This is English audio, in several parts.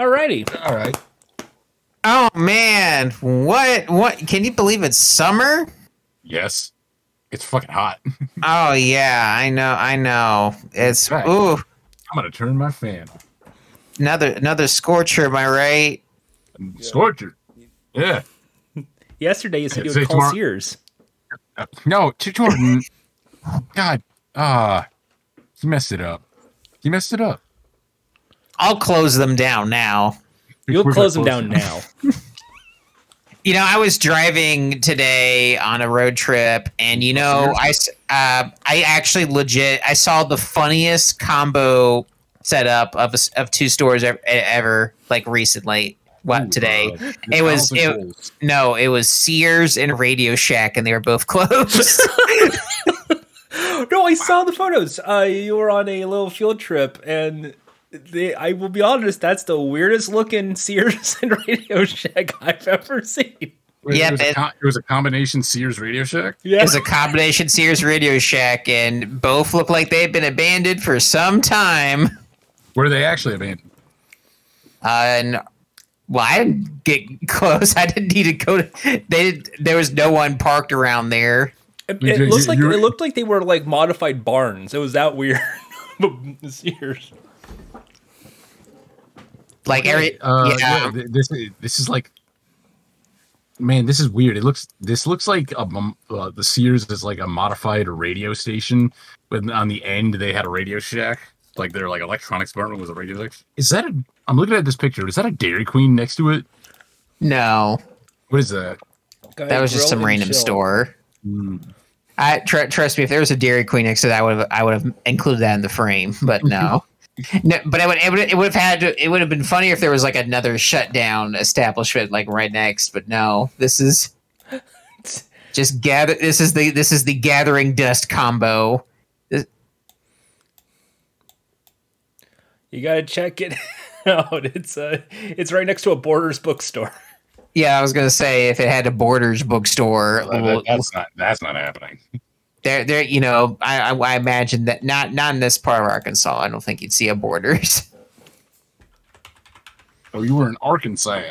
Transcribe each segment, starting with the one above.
Alrighty. All right. Oh man, what what? Can you believe it's summer? Yes. It's fucking hot. I'm Oh yeah, I know, I know. It's Right. ooh, gonna turn my fan. on. another another scorcher. Am I right? And Scorcher. Yeah. Yesterday you said you Say would tomorrow- call Sears. Uh, No, to Jordan. God. Ah. he messed it up. He messed it up. I'll close them down now. You'll We're close them gonna down now. You know, I was driving today on a road trip, and you know, I s- uh, I actually legit I saw the funniest combo setup of a s of two stores ever, ever like recently. What Ooh, today? uh, it was thousand it, goals. no, it was Sears and Radio Shack, and they were both closed. no, I saw the photos. Uh, you were on a little field trip, and they, I will be honest, that's the weirdest looking Sears and Radio Shack I've ever seen. Wait, Yeah, it was, but- a co- it was a combination Sears Radio Shack. Yeah. It's a combination Sears Radio Shack, and both look like they've been abandoned for some time. Were they actually abandoned? Uh, and well, I didn't get close. I didn't need to go. To, they did, there was no one parked around there. It, You- it you- looks like you- it looked like they were like modified barns. It was that weird. Sears. Like every Uh, yeah, yeah. th- this is- this is like, man, this is weird. It looks this looks like a, mom- uh, the Sears is like a modified radio station, but on the end they had a Radio Shack. Like their like electronics department was a Radio Shack. Is that a? I'm looking at this picture. Is that a Dairy Queen next to it? no, What is that? Guys, that was just grill some and random chill. store. Mm. I tr- trust me, if there was a Dairy Queen next to that, I would have I would have included that in the frame, but no. No, but I would, it would it would have had to, it would have been funnier if there was like another shutdown establishment like right next, but no, this is just gather. This is the this is the gathering dust combo. You gotta check it out. It's uh, it's right next to a Borders bookstore. Yeah, I was gonna say if it had a Borders bookstore, Uh, That- well, that- that's not that's not happening. there there you know I, I I imagine that not not in this part of Arkansas. I don't think you'd see a Borders. Oh, you were in Arkansas.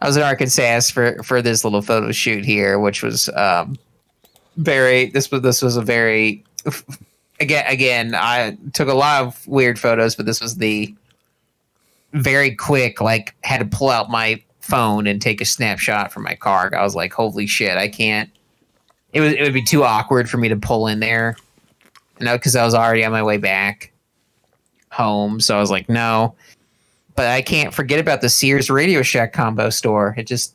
I was in Arkansas for for this little photo shoot here, which was um, very. This was this was a very again again. I took a lot of weird photos, but this was the very quick. Like had to pull out my phone and take a snapshot from my car. I was like, holy shit, I can't. It was it would be too awkward for me to pull in there, you know, because I was already on my way back home. So I was like, no but I can't forget about the Sears Radio Shack combo store. It just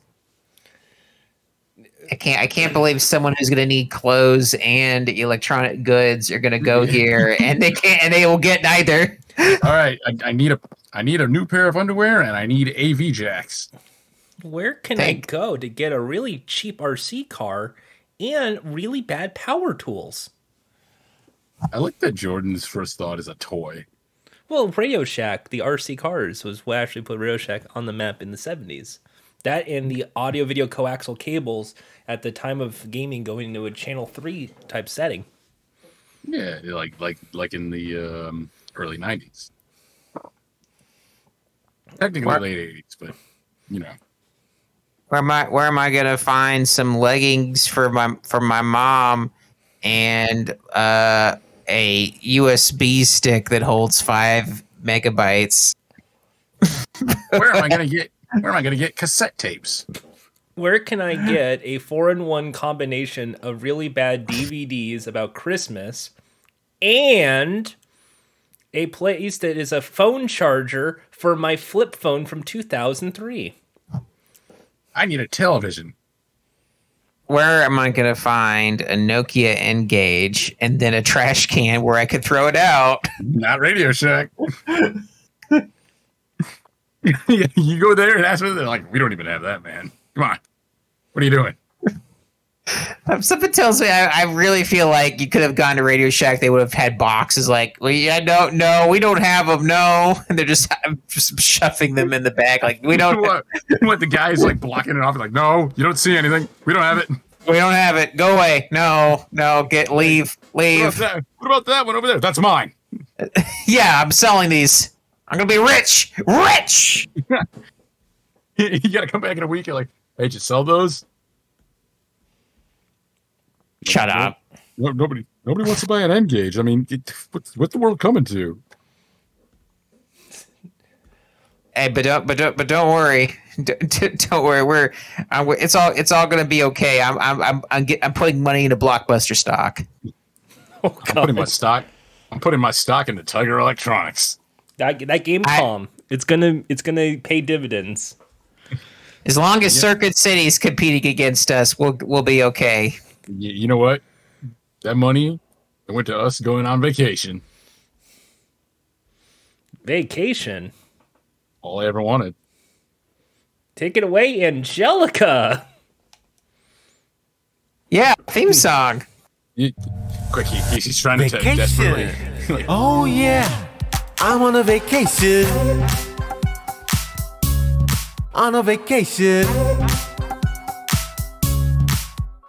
I can't I can't believe someone who's gonna need clothes and electronic goods are gonna go here and they can't and they will get neither. All right, I, I need a I need a new pair of underwear and I need AV jacks. Where can Thank- I go to get a really cheap RC car and really bad power tools? I like that Jordan's first thought is a toy. Well, Radio Shack, the RC cars, was what actually put Radio Shack on the map in the 70s. That and the audio video coaxial cables at the time of gaming going into a Channel 3 type setting. Yeah, like like like in the um, early nineties. Technically Mark- late eighties, but you know. Where am I where am I gonna find some leggings for my for my mom and uh a USB stick that holds five megabytes? Where am I gonna get where am I gonna get cassette tapes? Where can I get a four in one combination of really bad DVDs about Christmas and a place that is a phone charger for my flip phone from 2003? I need a television. where am I going to find a Nokia Engage and then a trash can where I could throw it out? Not Radio Shack. you go there and ask them, they're like, we don't even have that, man. Come on. What are you doing? Something tells me I, I really feel like you could have gone to Radio Shack. They would have had boxes like, well, yeah, no, no, we don't have them, no. And they're just, I'm just shoving them in the back. Like, we don't, what, what the guy's like blocking it off. Like, no, you don't see anything. We don't have it. we don't have it. Go away. No, no, get, leave, What about leave. that, what about that one over there? That's mine. Yeah, I'm selling these. I'm gonna be rich, rich. you gotta come back in a week. You're like, hey, did you sell those? Shut up. No, nobody, nobody wants to buy an N gauge. I mean, it, what's, what's the world coming to? Hey, but don't, but don't, but don't worry. D- d- Don't worry. We're, uh, we're it's all it's all gonna be okay. I'm I'm I'm I'm, get, I'm putting money into blockbuster stock. Oh, I'm God. putting my stock. I'm putting my stock into Tiger Electronics. That, that game I- calm. It's gonna it's gonna pay dividends. As long as Circuit City's competing against us, we'll we'll be okay. Y- you know what? That money it went to us going on vacation. Vacation. All I ever wanted. Take it away, Angelica. Yeah, theme song. You- quick, he, he's, he's trying to tell Vacation. desperately. like, Oh yeah, I'm on a vacation. On a vacation.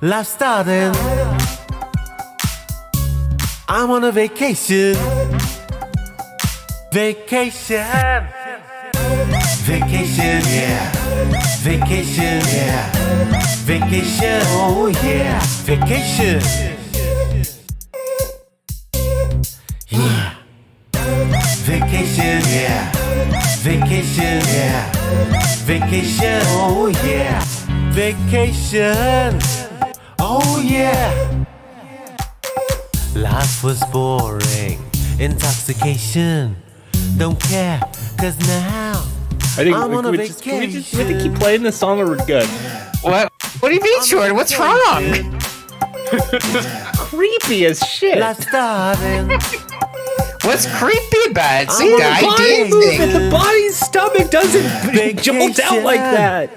Life starting. I'm on a vacation. Vacation. Vacation, yeah. Vacation, yeah. Vacation, oh yeah. Vacation. Yeah. Vacation, yeah. Vacation, yeah. Vacation, oh yeah. Vacation, oh yeah. Life was boring. Intoxication. Don't care, cause now. I think I'm we, on a we just, we just we have to keep vacation. playing this song or we're good. What? What do you mean, Jordan? What's wrong? Creepy as shit. Life starting. What's creepy about it? See, When the the body idea moves and thing. the body's stomach doesn't Vacation. jolt out like that.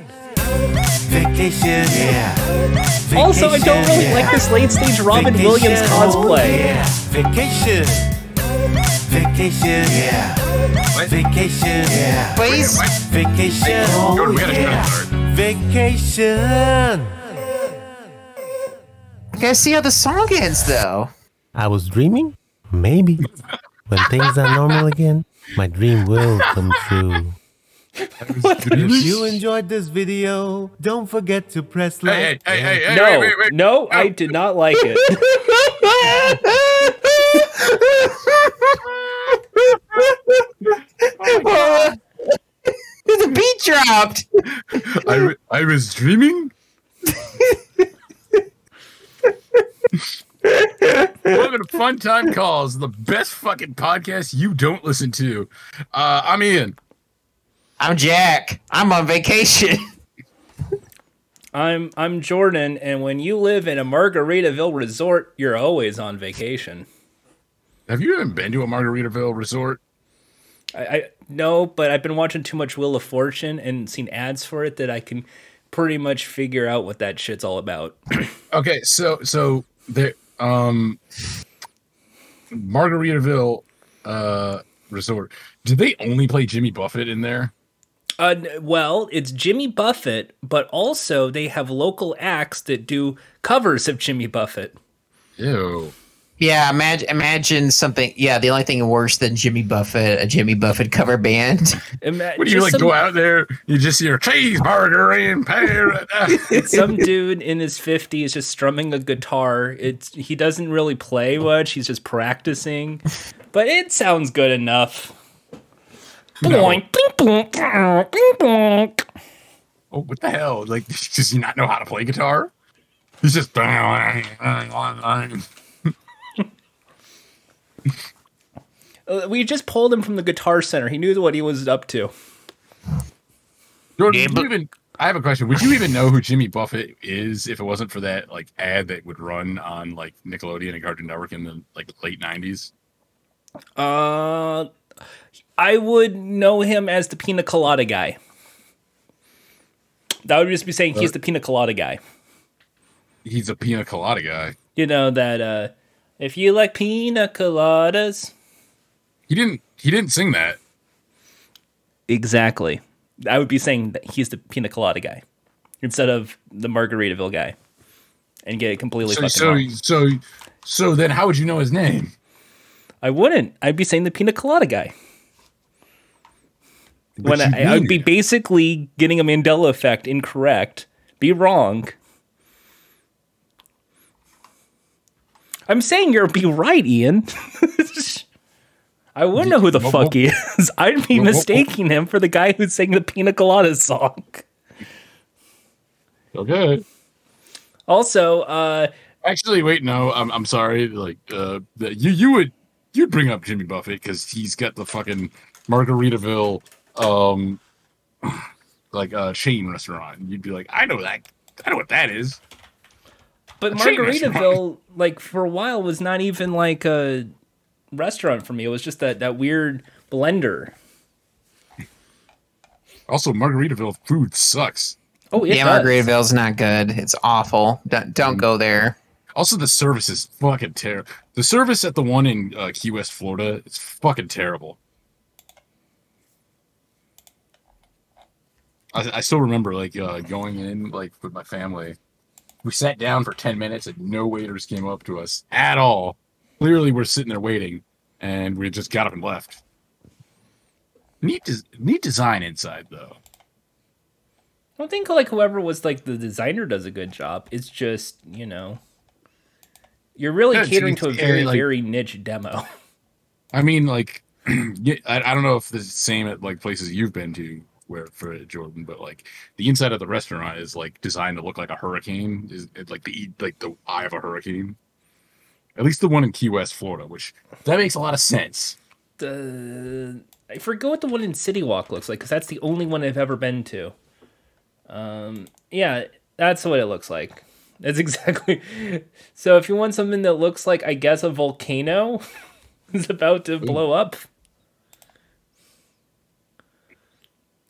Vacation, yeah. Also, I don't really like this late stage Robin Vacation, Williams Oh, cosplay. yeah. Vacation. Vacation, yeah. Vacation, yeah. Please, Vacation, Jordan, oh we gotta yeah. cut it. Vacation. I gotta see how the song ends, though. I was dreaming? Maybe. When things are normal again, my dream will come true. If you enjoyed this video, don't forget to press like. Hey, hey, hey, hey, hey, No, wait, wait, wait. no, I did not like it. Oh, the beat dropped. I, w- I was dreaming. Welcome to Fun Time Calls, the best fucking podcast you don't listen to. Uh, I'm Ian. I'm Jack. I'm on vacation. I'm I'm Jordan, and when you live in a Margaritaville resort, you're always on vacation. Have you even been to a Margaritaville resort? I, I no, but I've been watching too much Wheel of Fortune and seen ads for it that I can pretty much figure out what that shit's all about. Okay, so so there, um, Margaritaville uh, resort. Did they only play Jimmy Buffett in there? Uh, n- well, it's Jimmy Buffett, but also they have local acts that do covers of Jimmy Buffett. Ew. Yeah, imagine, imagine something. Yeah, the only thing worse than Jimmy Buffett, a Jimmy Buffett cover band. Ima- What do you just like? some- Go out there, you just hear cheeseburger in paradise. some dude in his 50s just strumming a guitar. It's he doesn't really play much. He's just practicing. But it sounds good enough. Boing, bing, boing, bow, bing, boing. Oh, what the hell? Like, does he not know how to play guitar? He's just. That's Uh, We just pulled him from the guitar center. He knew what he was up to. Jordan, would you even, I have a question. Would you even know who Jimmy Buffett is if it wasn't for that like ad that would run on like Nickelodeon and Cartoon Network in the like late nineties? Uh I would know him as the pina colada guy. That would just be saying Uh, he's the pina colada guy. He's a pina colada guy. You know that uh if you like pina coladas He didn't. He didn't sing that. Exactly. I would be saying that he's the pina colada guy instead of the Margaritaville guy, and get it completely So fucking so, wrong. so so then how would you know his name? I wouldn't. I'd be saying the pina colada guy. when you I, I would mean be it. basically getting a Mandela effect incorrect, be wrong. I'm saying you'll be right, Ian. I wouldn't know who the What- fuck what- he is. I'd be what- what- mistaking him for the guy who sang the Pina Colada song. Okay. Also, uh, Actually, wait, no, I'm I'm sorry. Like, uh, the, you you would you'd bring up Jimmy Buffett because he's got the fucking Margaritaville, um, like uh, chain restaurant. You'd be like, I know that, I know what that is. But A chain restaurant. Margaritaville, like for a while, was not even like a restaurant for me. It was just that that weird blender. Also, Margaritaville food sucks. Oh, it yeah, does. Margaritaville's not good. It's awful. Don't, don't go there. Also, the service is fucking terrible. The service at the one in uh, Key West, Florida, is fucking terrible. I, I still remember like uh, going in like with my family. We sat down for ten minutes and no waiters came up to us at all. Clearly, we're sitting there waiting, and we just got up and left. Neat, des- neat design inside though. I don't think like whoever was like the designer does a good job. It's just you know, you're really Yeah, it's- catering it's to a very, very like- very niche demo. I mean, like, yeah, I, I don't know if this is the same at like places you've been to where for Jordan, but like the inside of the restaurant is like designed to look like a hurricane, is it, like the e- like the eye of a hurricane. At least the one in Key West, Florida, which that makes a lot of sense. The uh, I forget what the one in City Walk looks like because that's the only one I've ever been to. Um, yeah, that's what it looks like. That's exactly. So if you want something that looks like, I guess, a volcano is about to blow up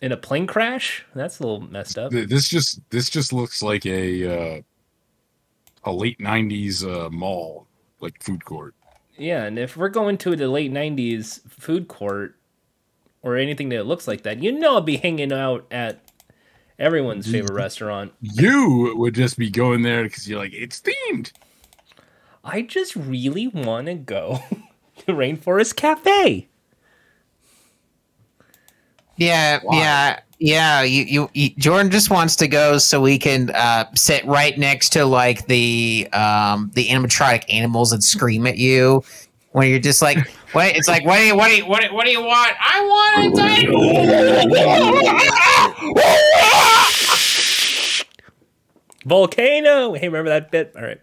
in a plane crash, that's a little messed up. Th- This just this just looks like a uh, a late '90s uh, mall like food court. Yeah, and if we're going to the late '90s food court or anything that looks like that, you know, I'll be hanging out at everyone's favorite restaurant. You would just be going there because you're like it's themed. I just really want to go to Rainforest Cafe. Yeah, yeah, yeah. You, you, you, Jordan just wants to go so we can uh, sit right next to like the um, the animatronic animals that scream at you when you're just like, what? It's like, what do you, what do you, what do you, what do you want? I want a dinosaur. Volcano. Hey, remember that bit? All right.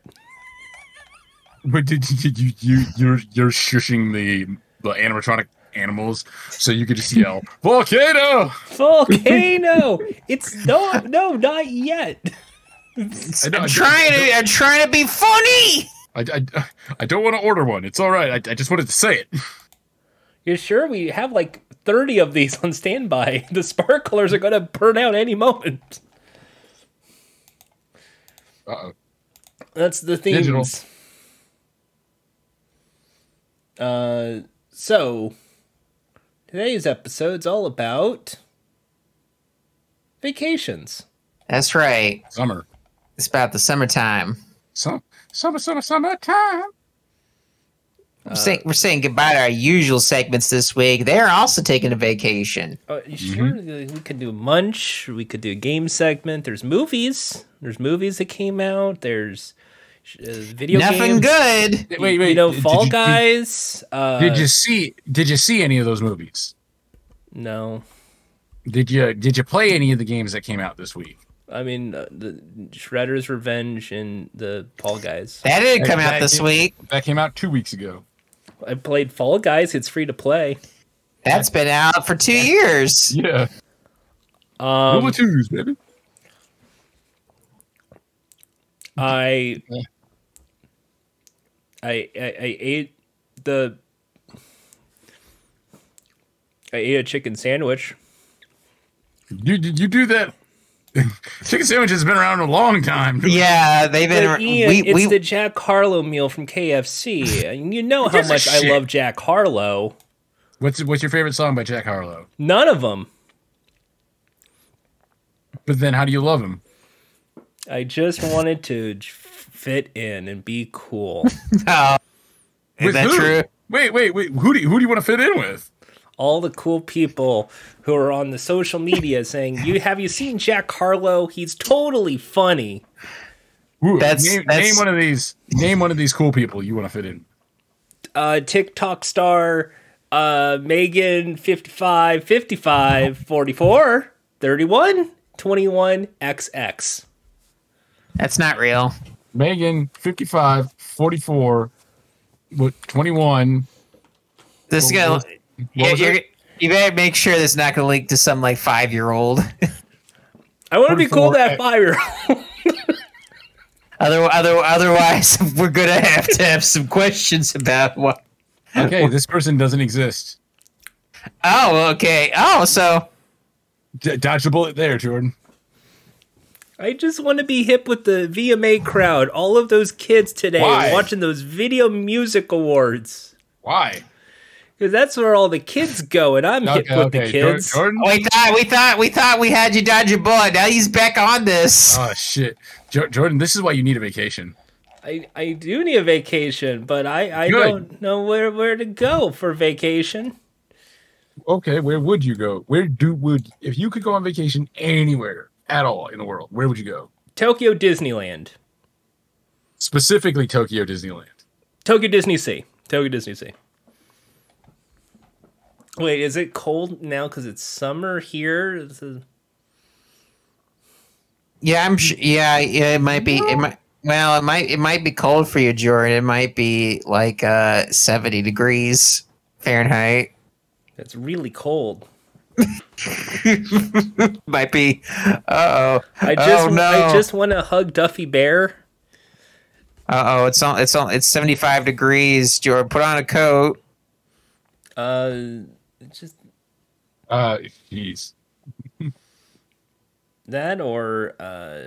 But did, did you you you're you're shushing the the animatronic animals so you could just yell volcano? Volcano. it's no, no, not yet. I, don't- I'm trying to, I'm trying to be funny. I, I, I don't want to order one. It's all right. I, I just wanted to say it. You're sure we have like 30 of these on standby? The sparklers are going to burn out any moment. Uh-oh. That's the themes. Digital. Uh, so today's episode's all about vacations. That's right. Summer, It's about the summertime. Sum, summer, summer, summertime. We're, saying, we're saying goodbye to our usual segments this week. They're also taking a vacation. Uh, Mm-hmm. sure, we could do Munch. We could do a game segment. There's movies. There's movies that came out. There's uh, video Nothing games. good. Wait, wait. You know, did Fall you- did- Guys. uh, Did you see? Did you see any of those movies? no, Did you Did you play any of the games that came out this week? I mean uh, the Shredder's Revenge and the Fall Guys. That didn't come out this That- week. That came out two weeks ago. I played Fall Guys. It's free to play. That's been out for two years. Yeah, Um, Number twos, baby. I, Yeah. I, I, I ate the. I ate a chicken sandwich. You you do that. Chicken sandwich has been around a long time. Yeah, they've been. But Ian, we, it's we, the Jack Harlow meal from KFC. and you know how gives a much I shit? love Jack Harlow. What's What's your favorite song by Jack Harlow? None of them. But then, how do you love him? I just wanted to j- fit in and be cool. oh, is that who? true? Wait, wait, wait. Who do you, who do you want to fit in with? all the cool people who are on the social media saying, "You have you seen Jack Harlow? He's totally funny." Ooh, That's- name, that's- name one of these. Name one of these cool people you want to fit in. Uh, TikTok star uh, Megan 55, 55, 44, 31, 21, XX. That's not real. Megan, 55, 44, what, 21. This is gonna. What was- Yeah, was you're, it? you better make sure this is not gonna leak to some like five year old. I want to be cool 44, to that eh. five year other, other, otherwise, we're gonna have to have some questions about what. Okay, this person doesn't exist. Oh, okay. Oh, so D- dodge a bullet there, Jordan. I just want to be hip with the VMA crowd. All of those kids today Why? watching those video music awards. Why? Because that's where all the kids go, and I'm hip with the Jor- kids. Jordan. we thought we thought we thought we had you dodge your bullet. Now he's back on this. Oh shit, Jor- Jordan. This is why you need a vacation. I, I do need a vacation, but I, I Good. don't know where, where to go for vacation. Okay, where would you go? Where do would if you could go on vacation anywhere at all in the world? Where would you go? Tokyo Disneyland. Specifically, Tokyo Disneyland. Tokyo Disney Sea. Tokyo Disney Sea. Wait, is it cold now because it's summer here? This is- Yeah, I'm sure. Yeah, yeah, it might be. It might. Well, it might. It might be cold for you, Jordan. It might be like uh, seventy degrees Fahrenheit. It's really cold. Might be. Uh oh. I just oh no. I just want to hug Duffy Bear. Uh oh. It's on. It's on. It's seventy five degrees, Jordan. Put on a coat. Uh, just Uh, jeez. that or uh,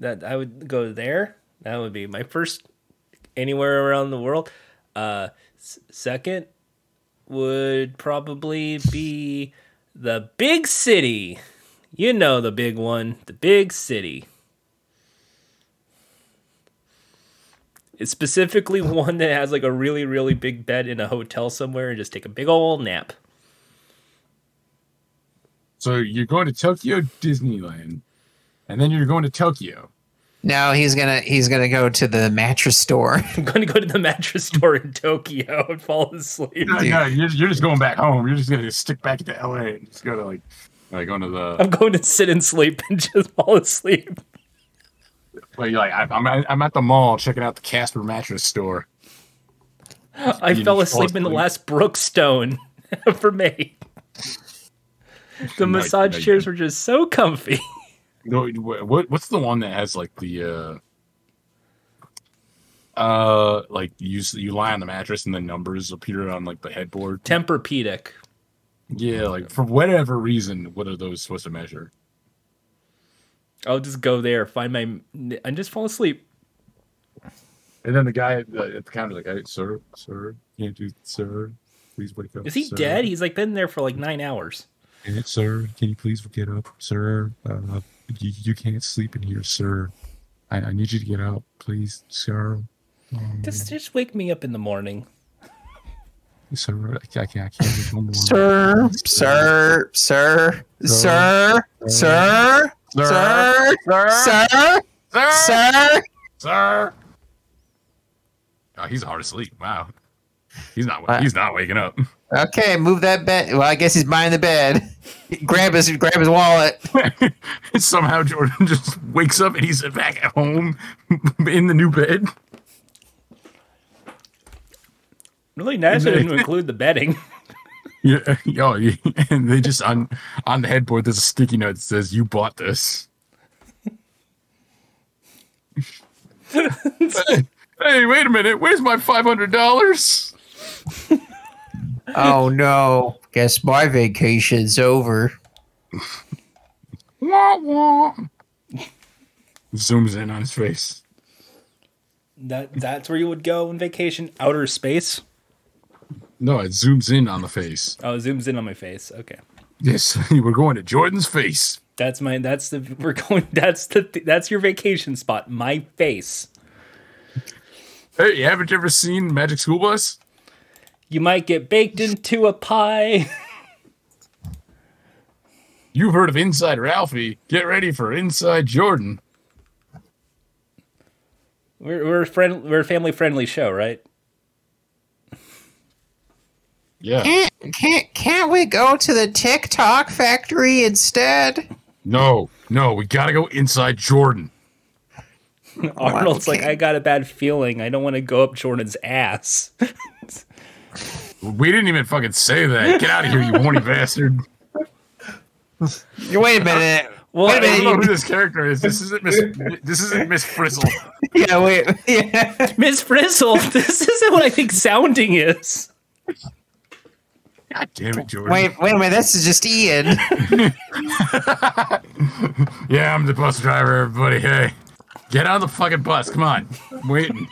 that I would go there. That would be my first anywhere around the world. Uh, s- second would probably be the big city. You know the big one, the big city. It's specifically one that has like a really, really big bed in a hotel somewhere and just take a big old nap. So you're going to Tokyo Disneyland, and then you're going to Tokyo. No, he's gonna. He's gonna go to the mattress store. I'm going to go to the mattress store in Tokyo and fall asleep. No, no, you're, you're just going back home. You're just gonna stick back to LA and just go to like, like going to the I'm going to sit and sleep and just fall asleep. like, you're like I'm I'm at the mall checking out the Casper mattress store. I You fell just fall asleep in the asleep. last Brookstone for me. The No, massage no, you chairs were just so comfy. No, wh- what what's the one that has like the uh uh like you s- you lie on the mattress and the numbers appear on like the headboard? Tempur-Pedic. Yeah, like for whatever reason, what are those supposed to measure? I'll just go there, find my, and just fall asleep. And then the guy at the, at the counter's like, hey, "Sir, sir, can't do, sir, please wake up." Is he sir. dead? He's like been there for like nine hours. "Hey, sir, can you please get up, sir? Uh, you, you can't sleep in here, sir. I, I need you to get up, please, sir. Just, just wake me up in the morning. Sir, I, I can't, I can't do one more." Sir, sir, sir, sir, sir, sir, sir, sir. sir. Oh, he's hard asleep. Wow, he's not. Wow. He's not waking up. Okay, move that bed. Well, I guess he's buying the bed. grab his grab his wallet. Somehow Jordan just wakes up and he's back at home in the new bed. Really nice. I didn't include the bedding. Yeah, yo, you- and they just on on the headboard. There's a sticky note that says, "You bought this." hey, hey, wait a minute. Where's my five hundred dollars? Oh no. Guess my vacation's over. Wah wah. Zooms in on his face. That, that's where you would go on vacation. Outer space. No, it zooms in on the face. Oh, it zooms in on my face. Okay. Yes, we're going to Jordan's face. That's my. That's the. We're going. That's the. That's your vacation spot. My face. Hey, haven't you ever seen Magic School Bus? You might get baked into a pie. You've heard of Inside Ralphie. Get ready for Inside Jordan. We're we're friend we're a family friendly show, right? Yeah. Can't, can't, can't we go to the TikTok factory instead? No, no, we gotta go inside Jordan. Oh, Arnold's like, okay. I got a bad feeling. I don't want to go up Jordan's ass. We didn't even fucking say that. Get out of here, you horny bastard. Wait a minute. Well, Wait a I don't minute. know who this character is. This isn't Miss. This isn't Miss Frizzle. Yeah, wait. Yeah. Miss Frizzle, this isn't what I think sounding is. God damn it, Jordan. Wait, wait a minute. This is just Ian. Yeah, I'm the bus driver, everybody. Hey, get on the fucking bus. Come on. I'm waiting.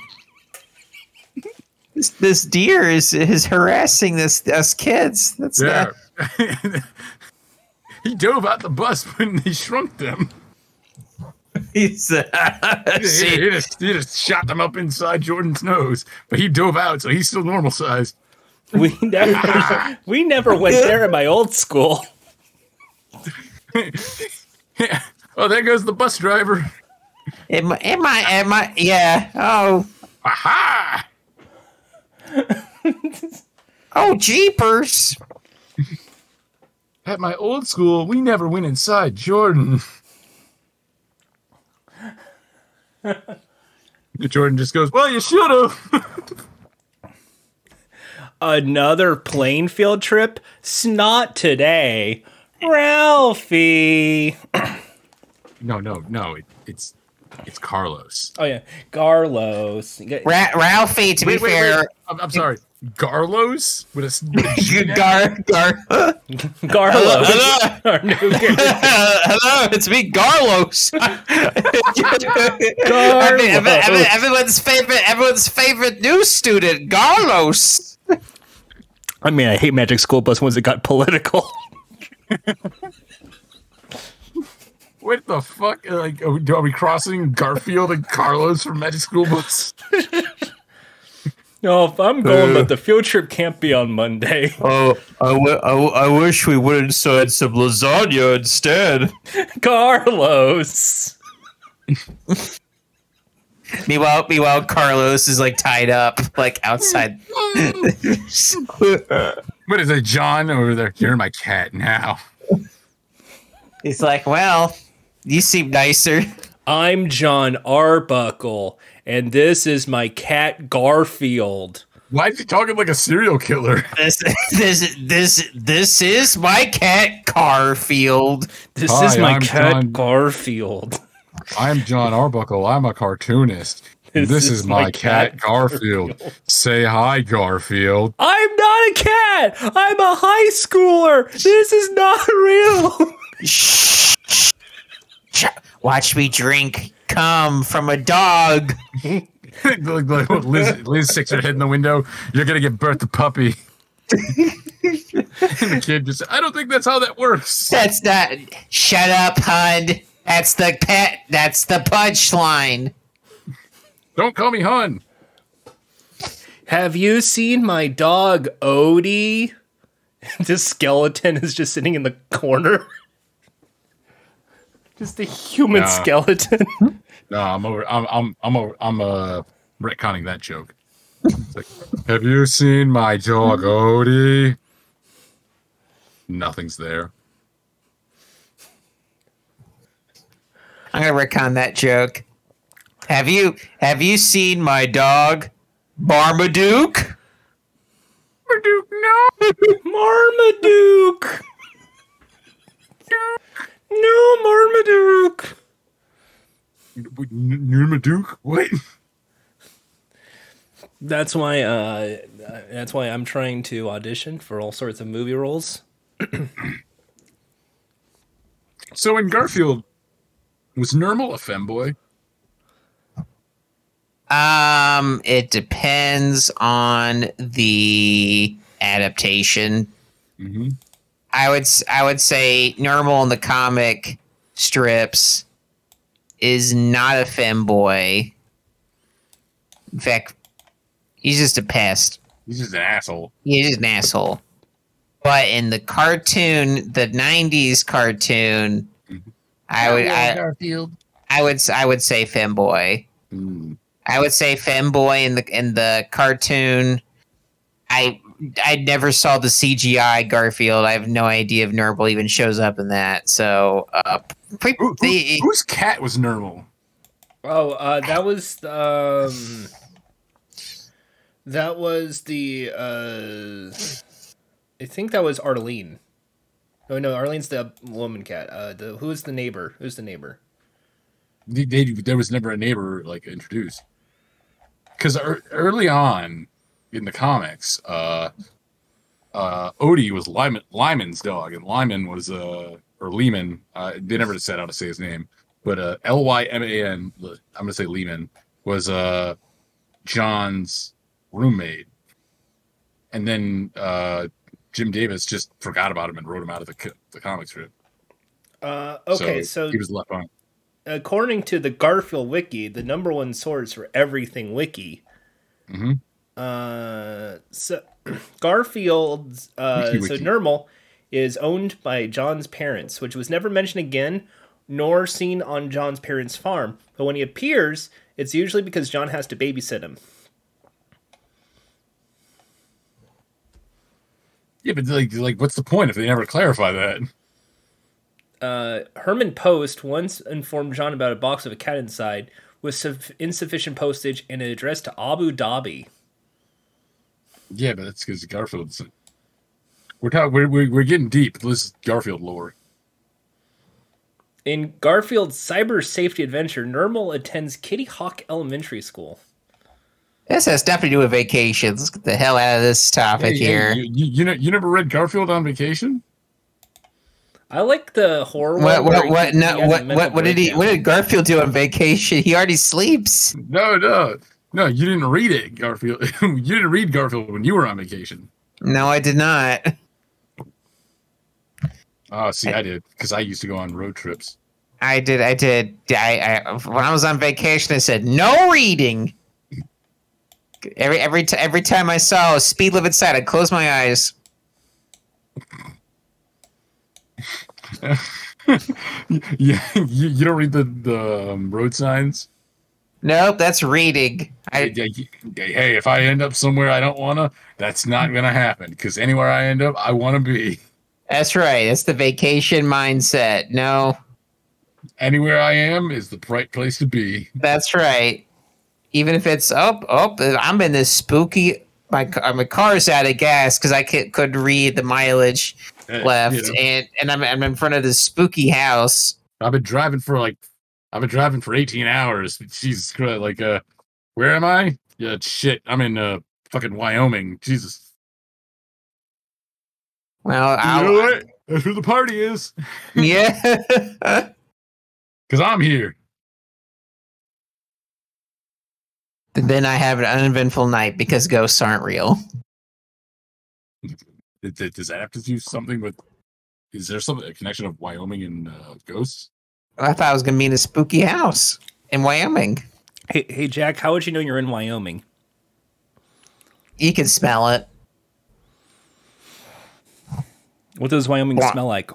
This, this deer is is harassing this us kids. That's Yeah. not, he dove out the bus when they shrunk them. he's, uh, He, see, he just, he just shot them up inside Jordan's nose, but he dove out, so he's still normal size. We never, we never went there at my old school. Yeah. Oh, there goes the bus driver. am, am I? Am I? Yeah. Oh, Aha! oh, jeepers! At my old school, we never went inside Jordan. Jordan just goes, Well, you should have. Another plane field trip? Snot today. Ralphie. No, no, no. It, it's it's Carlos. Oh yeah, Carlos. Ra- Ralphie, to be fair, I'm, I'm sorry. Garlos? With a, s- with a G you in it? Gar Gar. Carlos. Hello, Our new character. hello, it's me, Garlos. Every- every- every- Carlos. everyone's favorite, everyone's favorite new student, Garlos. I mean, I hate Magic School Bus ones that got political. What the fuck? Like, are we, are we crossing Garfield and Carlos from Magic School Bus? No, Oh, if I'm going, but the field trip can't be on Monday. Oh, I wish we would have said some lasagna instead. Carlos. Meanwhile, meanwhile, Carlos is like tied up, like outside. What is it, John over there? You're my cat now. He's like, "Well, you seem nicer." I'm John Arbuckle, and this is my cat Garfield. Why is he talking like a serial killer? This, this, this, this is my cat, Carfield. This Hi, is my I'm cat John- Garfield. I'm John Arbuckle. I'm a cartoonist. This, is, my, cat, Garfield. Say hi, Garfield. I'm not a cat. I'm a high schooler. This is not real. Shh, shh, shh. Watch me drink cum from a dog. Like- like what Liz, Liz sticks her head in the window. You're gonna give birth to puppy. and the kid just, I don't think that's how that works. That's not. Shut up, Hun. That's the pet. That's the punchline. Don't call me Hun. Have you seen my dog Odie? this skeleton is just sitting in the corner. just a human Nah. skeleton. No, I'm over. I'm I'm I'm over, I'm uh retconning that joke. It's like, Have you seen my dog Odie? Nothing's there. I'm gonna recon that joke. Have you have you seen my dog, Marmaduke? Duke, no. Marmaduke. no, Marmaduke. Marmaduke? What? That's why. Uh, that's why I'm trying to audition for all sorts of movie roles. So in Garfield, was Normal a femboy? Um, it depends on the adaptation. I would s- I would say normal in the comic strips is not a femboy. In fact, he's just a pest. He's just an asshole. He's just an asshole. But in the cartoon, the '90s cartoon, I would, I, Garfield. I would, I would say femboy. Mm. I would say femboy in the in the cartoon. I I never saw the CGI Garfield. I have no idea if Normal even shows up in that. So, uh, pre- Who, who, the, whose cat was normal? Oh, uh, that was um, that was the uh, I think that was Arlene. No, no, Arlene's the woman cat. Uh, the who is the neighbor? Who's the neighbor? They, they, there was never a neighbor like introduced. Because early on in the comics, uh, uh, Odie was Lyman, Lyman's dog, and Lyman was uh, or Lehman. Uh, they never set out to say his name, but uh, L Y M A N. I'm gonna say Lehman was uh, John's roommate, and then uh, Jim Davis just forgot about him and wrote him out of the co- the comic strip. Uh, okay, so he was left on. according to the Garfield wiki, the number one source for everything wiki. Mhm. Uh, so Garfield's uh, Wiki, so wiki. Normal is owned by John's parents, which was never mentioned again, nor seen on John's parents' farm. But when he appears, it's usually because John has to babysit him. Yeah, but like, like, what's the point if they never clarify that? Uh, Herman Post once informed John about a box of a cat inside with suff- insufficient postage and an address to Abu Dhabi. Yeah, but that's because Garfield's. We're talking. We're, we're we're getting deep. This is Garfield lore. In Garfield's cyber safety adventure, Normal attends Kitty Hawk Elementary School. this has nothing to do with vacations. Let's get the hell out of this topic Hey, hey, here. you, you, you, know, you never read Garfield on vacation? I like the horror. what one where what he- what he no, has a what mental what what did he breakdown. what did Garfield do on vacation? He already sleeps. No, no, no. You didn't read it, Garfield. you didn't read Garfield when you were on vacation. No, I did not. Oh, see, I did because I used to go on road trips. I did. I did. I, I when I was on vacation, I said no reading. Every every t- every time I saw a speed limit sign, I closed my eyes. yeah, you, you don't read the the um, road signs. Nope, that's reading. I Yeah, yeah, yeah, hey, if I end up somewhere I don't wanna, that's not gonna happen. Because anywhere I end up, I want to be. that's right. That's the vacation mindset. No, Anywhere I am is the right place to be. that's right. Even if it's up, oh, up, I'm in this spooky. My ca- my car's out of gas because I c- couldn't read the mileage Uh, left, you know. and and I'm I'm in front of this spooky house. I've been driving for like I've been driving for 18 hours. Jesus Christ, like uh where am I? Yeah, shit. I'm in uh fucking Wyoming. Jesus. Well, I'll, you know what? That's where the party is. yeah. Cause I'm here. Then I have an uneventful night because ghosts aren't real. Th- th- Does that have to do something with is there some a connection of Wyoming and uh, ghosts? I thought I was gonna be in a spooky house in Wyoming. Hey, hey, Jack, how would you know you're in Wyoming? You can smell it. What does Wyoming Yeah. smell like?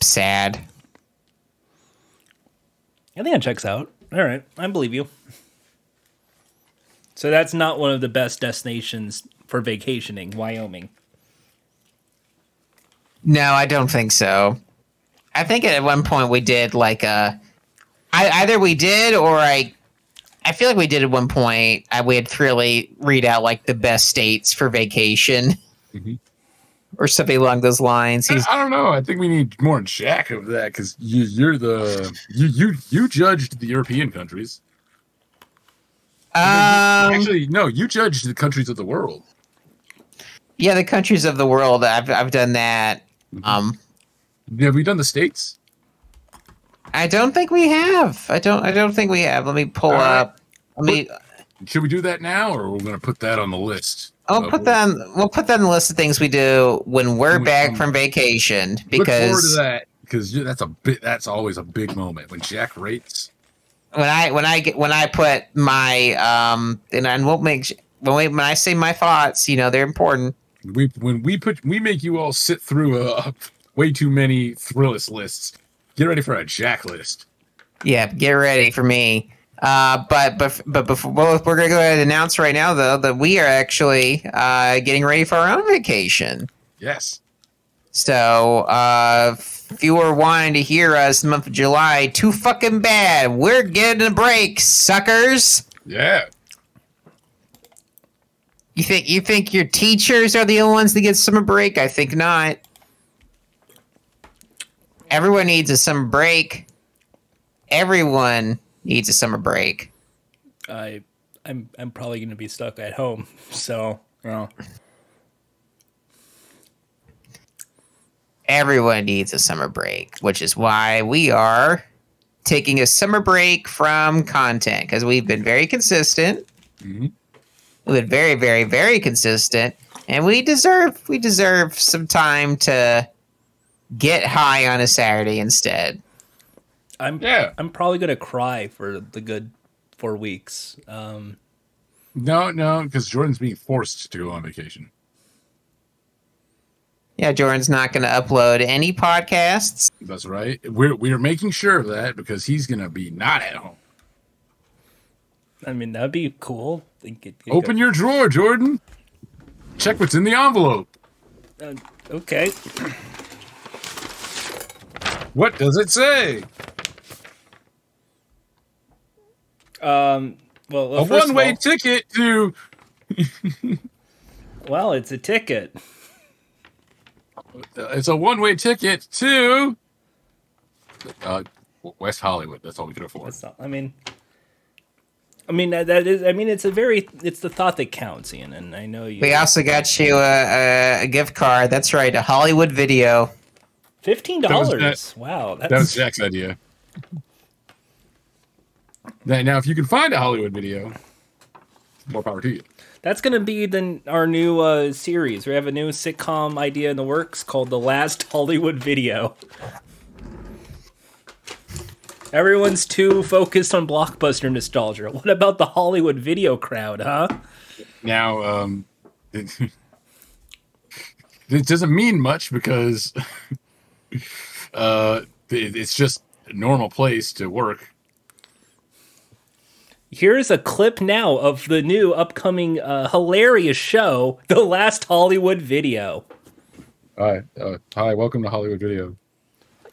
Sad. I think that checks out. All right, I believe you. So that's not one of the best destinations for vacationing, Wyoming. No, I don't think so. I think at one point we did like a. I either we did or I. I feel like we did at one point. I we had Thrilly read out like the best states for vacation, Mhm. or something along those lines. I, He's I don't know. I think we need more Jack of that because you, you're the you you you judged the European countries. um, uh, Actually, no, you judged the countries of the world. yeah, the countries of the world. I've I've done that. Mm-hmm. Um, Have we done the states? I don't think we have. I don't. I don't think we have. Let me pull All right. up. Let me. Should we do that now, or we're gonna put that on the list? I'll put that. On, we'll put that on the list of things we do when we're Oh. When we back come- from vacation. Look forward to Because that because that's a bit. That's always a big moment when Jack rates. when I when I get when I put my um and I won't make. when, we, when I say my thoughts, you know, they're important. We when we put we make you all sit through uh, way too many thrillist lists. Get ready for a jack list. Yeah, get ready for me. Uh, but but but before well, we're gonna go ahead and announce right now though that we are actually uh, getting ready for our own vacation. Yes. So uh, if you were wanting to hear us in the month of July, too fucking bad. We're getting a break, suckers. Yeah. You think you think your teachers are the only ones that get summer break? I think not. Everyone needs a summer break. Everyone needs a summer break. I I'm I'm probably going to be stuck at home. So, you know, Everyone needs a summer break, which is why we are taking a summer break from content because we've been very consistent. Mhm. We've been very, very, very consistent, and we deserve we deserve some time to get high on a Saturday instead. I'm Yeah. I'm probably going to cry for the good 4 weeks. Um No, no, because Jordan's being forced to go on vacation. Yeah, Jordan's not going to upload any podcasts. That's right. We're we're making sure of that because he's gonna be not at home. I mean, that'd be cool. Think it- it Open go- your drawer, Jordan. Check what's in the envelope. uh, okay. What does it say? Um well, well, a first of one-way all- ticket to well, it's a ticket. uh, it's a one-way ticket to uh, West Hollywood. That's all we could afford. That's not, I mean, I mean that, that is. I mean, it's a very. It's the thought that counts, Ian. And I know you. We also got you a, a, a gift card. That's right, a Hollywood video. Fifteen That dollars. was Wow, that's That was Jack's idea. Now, now, if you can find a Hollywood video, more power to you. that's gonna be then our new uh, series. We have a new sitcom idea in the works called "The Last Hollywood Video." Everyone's too focused on blockbuster nostalgia. What about the Hollywood video crowd, huh? Now, um, it, it doesn't mean much because uh, it, it's just a normal place to work. Here's a clip now of the new upcoming uh, hilarious show, "The Last Hollywood Video." All right. Uh, hi, welcome to Hollywood Video.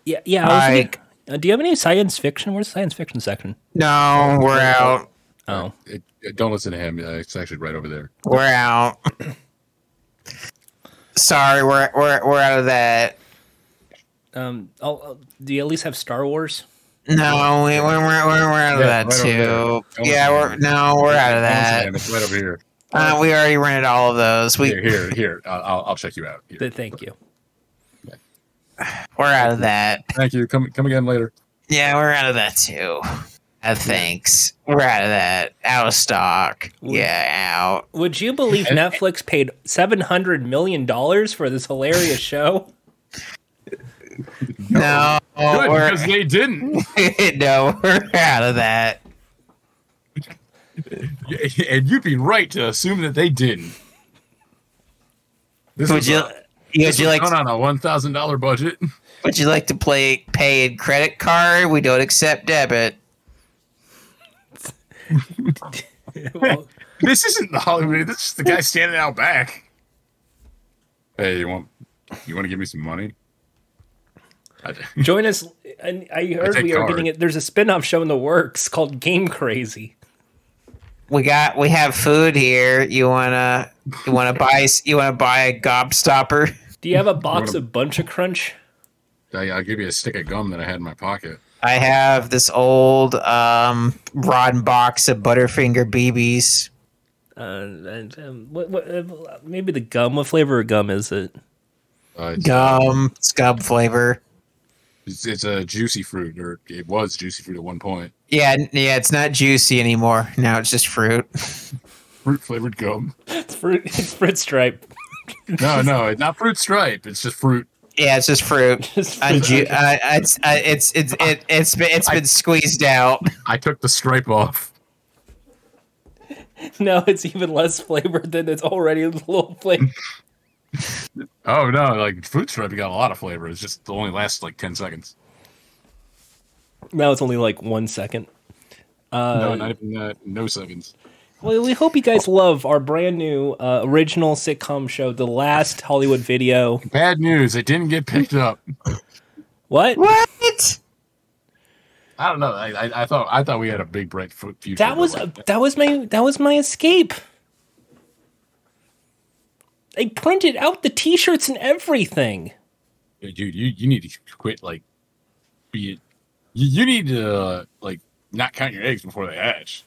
Yeah, yeah. I was I- thinking- uh, do you have any science fiction? Where's the science fiction section? No, we're out. Oh, It, it- don't listen to him. Uh, it's actually right over there. We're out. Sorry, we're we're we're out of that. um, I'll, I'll- do you at least have Star Wars? No, we, we're, we're, we're, we're out of Yeah, that right over too. there. Yeah, we're no, we're out of that. Don't listen to him, It's right over here. Uh, we already rented all of those. Here, We here, here. I'll, I'll- I'll check you out. Here. Th- Thank you. we're out of that. Thank you. Come, come again later. Yeah, we're out of that too. Uh, thanks. We're out of that. Out of stock. Yeah, out. Would you believe Netflix paid seven hundred million dollars for this hilarious show? No, Good, we're, because they didn't. no, we're out of that. and you'd be right to assume that they didn't. This Would was you? a- yeah, this Would you was like? done on a one thousand dollar budget? Would you like to play pay in credit card? We don't accept debit. Well, This isn't the Hollywood. This is the guy standing out back. Hey, you want you want to give me some money? I- join us. And I heard take we are card. getting it. There's a spin-off show in the works called Game Crazy. We got we have food here. You wanna you wanna buy s- you wanna buy a gobstopper? Do you have a box Wanna- of Bunch of Crunch? I- I'll give you a stick of gum that I had in my pocket. I have this old um rotten box of Butterfinger BBs. Uh, and, um, what, what, uh, maybe the gum. What flavor of gum is it? Uh, it's, Gum scum flavor. it's, it's a juicy fruit, or it was juicy fruit at one point. Yeah, n- yeah, it's not juicy anymore. Now it's just fruit. Fruit flavored gum. It's fruit. It's fruit stripe. No, no, it's not fruit stripe. It's just fruit. Yeah, it's just fruit. Unju- uh, it's, uh, it's it's it, it's been, it's been squeezed out. I took the stripe off. Now it's even less flavored than it's already a little flavor. Oh no, like food stripe you got a lot of flavor. It's just it only lasts like ten seconds. Now it's only like one second. no, not even uh, no seconds. Well, we hope you guys love our brand new uh, original sitcom show, The Last Hollywood Video. Bad news, it didn't get picked up. What? What? I don't know. I, I, I thought I thought we had a big bright fu- future. That was Like, that was my that was my escape. They printed out the T-shirts and everything. dude, you you need to quit. Like, be you, you need to uh, like not count your eggs before they hatch.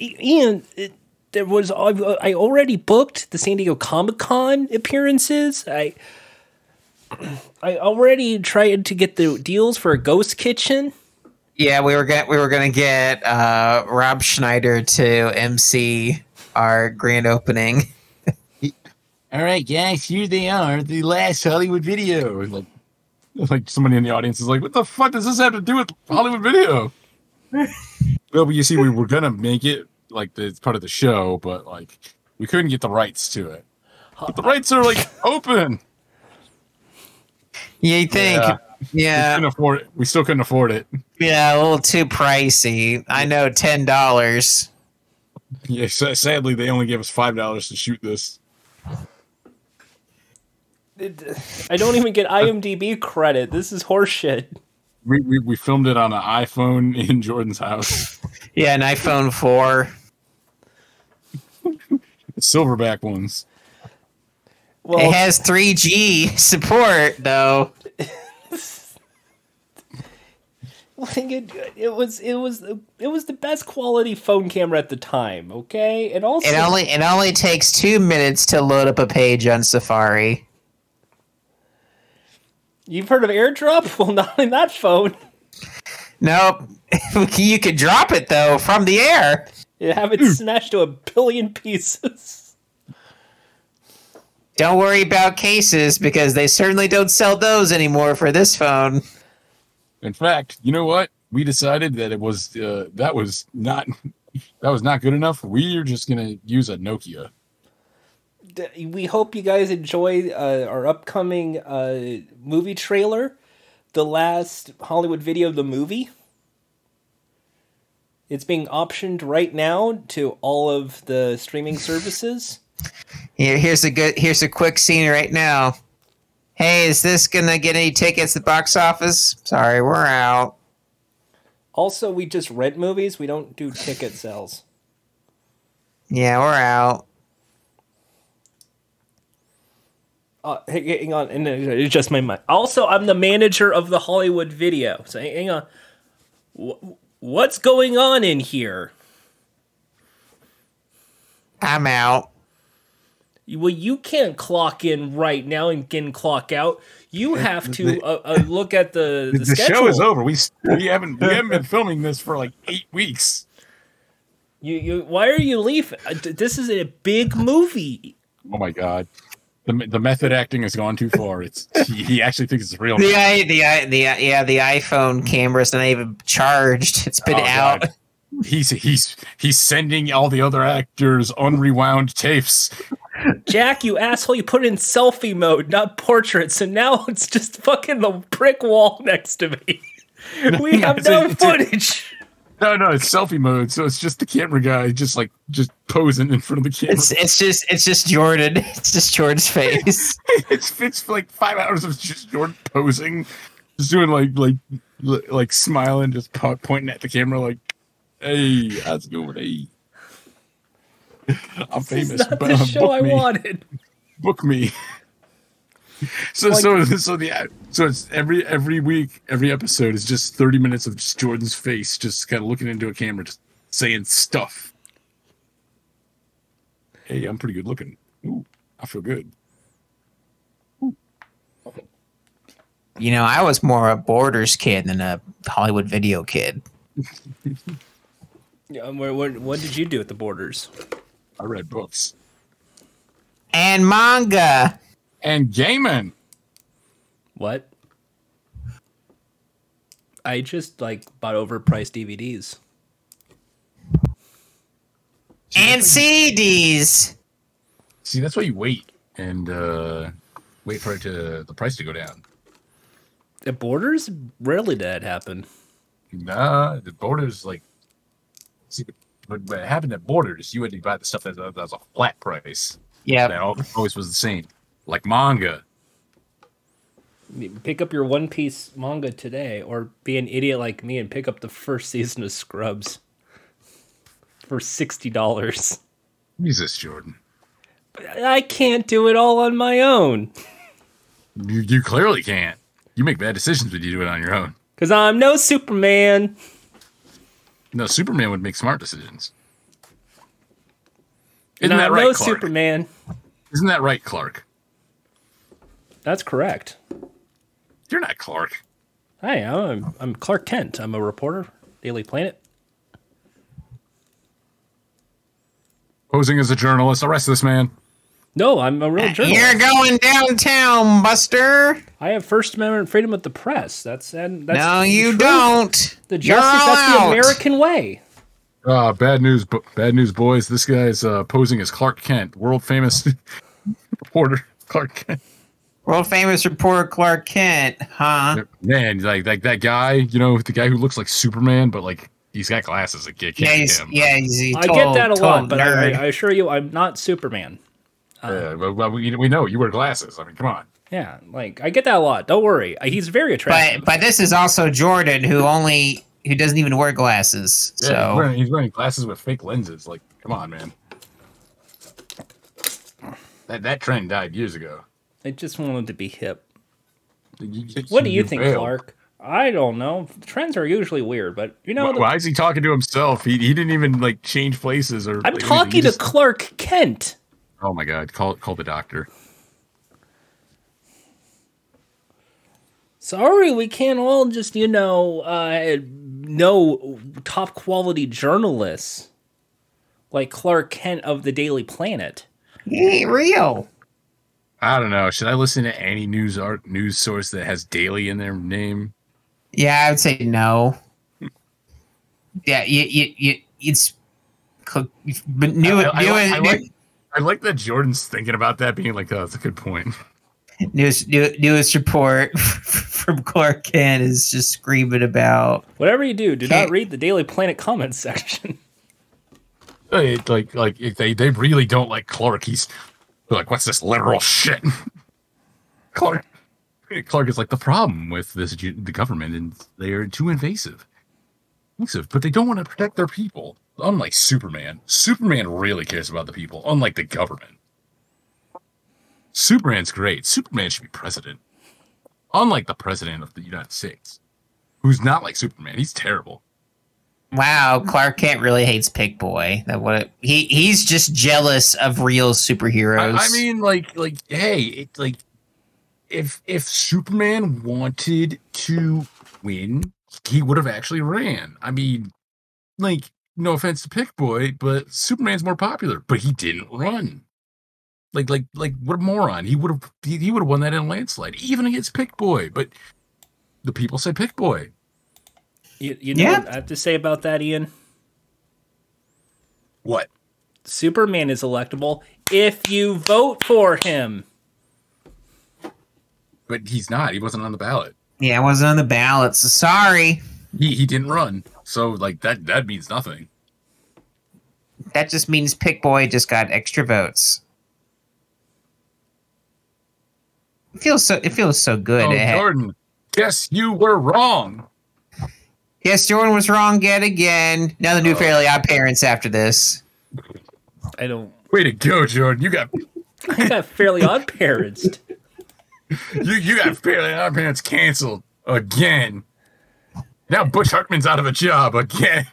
I- Ian, it, there was I I already booked the San Diego Comic Con appearances. I I already tried to get the deals for a Ghost Kitchen. Yeah, we were gonna we were gonna get uh, Rob Schneider to MC our grand opening. All right, guys, here they are, the last Hollywood video. And, Like, like somebody in the audience is like, "What the fuck does this have to do with Hollywood video?" well, but you see, we were gonna make it like the it's part of the show, but like we couldn't get the rights to it. But the rights are like open. You think? Yeah. Yeah, couldn't afford it. We still couldn't afford it. yeah, a little too pricey. I know, ten dollars. Yeah, sa- sadly, they only gave us five dollars to shoot this. I don't even get IMDb credit. This is horseshit. We, we we filmed it on an iPhone in Jordan's house, Yeah, an iPhone four. silverback ones. Well, It has three G support though. Like, it, it was it was it was the best quality phone camera at the time. Okay, and also It only it only takes two minutes to load up a page on Safari. you've heard of AirDrop? Well, not in that phone. Nope, you could drop it though from the air. You have it smashed to a billion pieces. Don't worry about cases because they certainly don't sell those anymore for this phone. In fact, you know what? We decided that it was uh, that was not that was not good enough. We're just gonna use a Nokia. D- We hope you guys enjoy uh, our upcoming uh, movie trailer, the last Hollywood video of the movie. It's being optioned right now to all of the streaming services. Here, here's a good here's a quick scene right now. Hey, is this gonna get any tickets at the box office? Sorry, we're out. Also, we just rent movies. We don't do ticket sales. Yeah, we're out. Uh, hey, hang on, and then it's just my mind. Also, I'm the manager of the Hollywood video. So hang hang on. Wh- What's going on in here? I'm out. Well, you can't clock in right now and can clock out. You have to uh, uh, look at the, the, The, schedule. show is over. We s- we haven't we haven't been filming this for like eight weeks. You, you, why are you leaving? Uh, th- This is a big movie. Oh my god, the me- the method acting has gone too far. It's he, he actually thinks it's real. The i the i the yeah the iPhone camera's not even charged. It's been Oh, out. God. He's he's he's sending all the other actors unrewound tapes. Jack, you asshole, you put it in selfie mode, not portrait. So now it's just fucking the brick wall next to me. We have it's a- no it's a- footage. No, no, it's selfie mode, so it's just the camera guy just like just posing in front of the camera. It's it's just it's just Jordan. It's just Jordan's face. it's it's like five hours of just Jordan posing, just doing like like li- like smiling, just po- pointing at the camera, like, "Hey, how's it going? Hey, I'm This famous, is not but the uh, show book I me, wanted. book me." so so so the so it's every every week every episode is just thirty minutes of just Jordan's face, just kind of looking into a camera, just saying stuff. Hey, I'm pretty good looking. Ooh, I feel good. You know, I was more a Borders kid than a Hollywood video kid. Yeah, what, what, what did you do at the borders? I read books. And manga. and gaming. What? I just like bought overpriced DVDs. and CDs. See, that's why you wait and uh, wait for it to the price to go down. At Borders, rarely did that happen. Nah, the borders like. See, but what happened at borders, you had to buy the stuff that, that was a flat price. That Yeah, al- always was the same, like manga. Pick up your One Piece manga today, or be an idiot like me and pick up the first season of Scrubs for sixty dollars. Jesus, Jordan, I can't do it all on my own you, you clearly can't. You make bad decisions when you do it on your own. because I'm no Superman. No, Superman would make smart decisions. And Isn't that I'm right, no Clark? Superman. Isn't that right, Clark? That's correct. You're not Clark. Hi, I'm I'm Clark Kent. I'm a reporter, Daily Planet. Posing as a journalist, arrest this man. No, I'm a real journalist. Uh, you're going downtown, Buster. I have First Amendment freedom of the press. That's and that's no, the you truth. don't. The justice. You're all That's out. the American way. Uh, bad news, bu- bad news, boys. This guy's uh, posing as Clark Kent, world famous reporter Clark Kent. world famous reporter Clark Kent, huh? Man, like like that guy, you know, the guy who looks like Superman, but like he's got glasses. Like you Yeah, can't he's, get him. yeah, he's a I total, get that a total lot, but I, nerd. I assure you, I'm not Superman. Uh, well, well, we, we know you wear glasses. I mean, come on. Yeah, like I get that a lot. Don't worry. Uh, He's very attractive. but but this is also Jordan, who only who doesn't even wear glasses. Yeah, so he's, wearing, he's wearing glasses with fake lenses. Like, come on, man. That that trend died years ago. I just wanted to be hip. You- What do you think, failed. Clark? I don't know. Trends are usually weird, but you know, Why, why is he talking to himself? He, he didn't even like change places I'm or. like, anything. talking He to just- Clark Kent. Oh my god! Call call the doctor. Sorry, we can't all just you know uh, know top quality journalists like Clark Kent of the Daily Planet. he ain't real. I don't know. Should I listen to any news art news source that has daily in their name? Yeah, I would say no. yeah, you, you, you, it's cl- but new I, I- new, I- I new, like, I like that Jordan's thinking about that, being like, "Oh, that's a good point." newest new, newest report from Clark Kent is just screaming about Whatever you do, do not Can't- read the Daily Planet comments section. Uh, It, like, like if they they really don't like Clark. He's they're like, "What's this liberal shit?" Clark, Clark is like the problem with this ju- the government, and they are too invasive, invasive, but they don't want to protect their people. Unlike Superman, Superman really cares about the people. Unlike the government, Superman's great. Superman should be president. Unlike the president of the United States, who's not like Superman, he's terrible. wow, Clark Kent really hates Pig Boy. That what it, he he's just jealous of real I, superheroes. I mean, like, like, hey, it, like, if if Superman wanted to win, he would have actually ran. I mean, like, no offense to Pick Boy, but Superman's more popular, but he didn't run. Like, like, like, what a moron! He would have, he, he would have won that in a landslide, even against Pick Boy. But the people said Pick Boy. You, you know Yeah. what I have to say about that, Ian? What? Superman is electable if you vote for him. But he's not. He wasn't on the ballot. yeah, it wasn't on the ballot. So sorry. He he didn't run. So like that that means nothing. That just means Pick Boy just got extra votes. It feels so. It feels so good. Oh, It had- Jordan, guess you were wrong. yes, Jordan was wrong yet again. Now the new Fairly Odd Parents after this. I don't. Way to go, Jordan! You got I got fairly odd parents. you you got Fairly Odd Parents canceled again. Now Bush Hartman's out of a job again.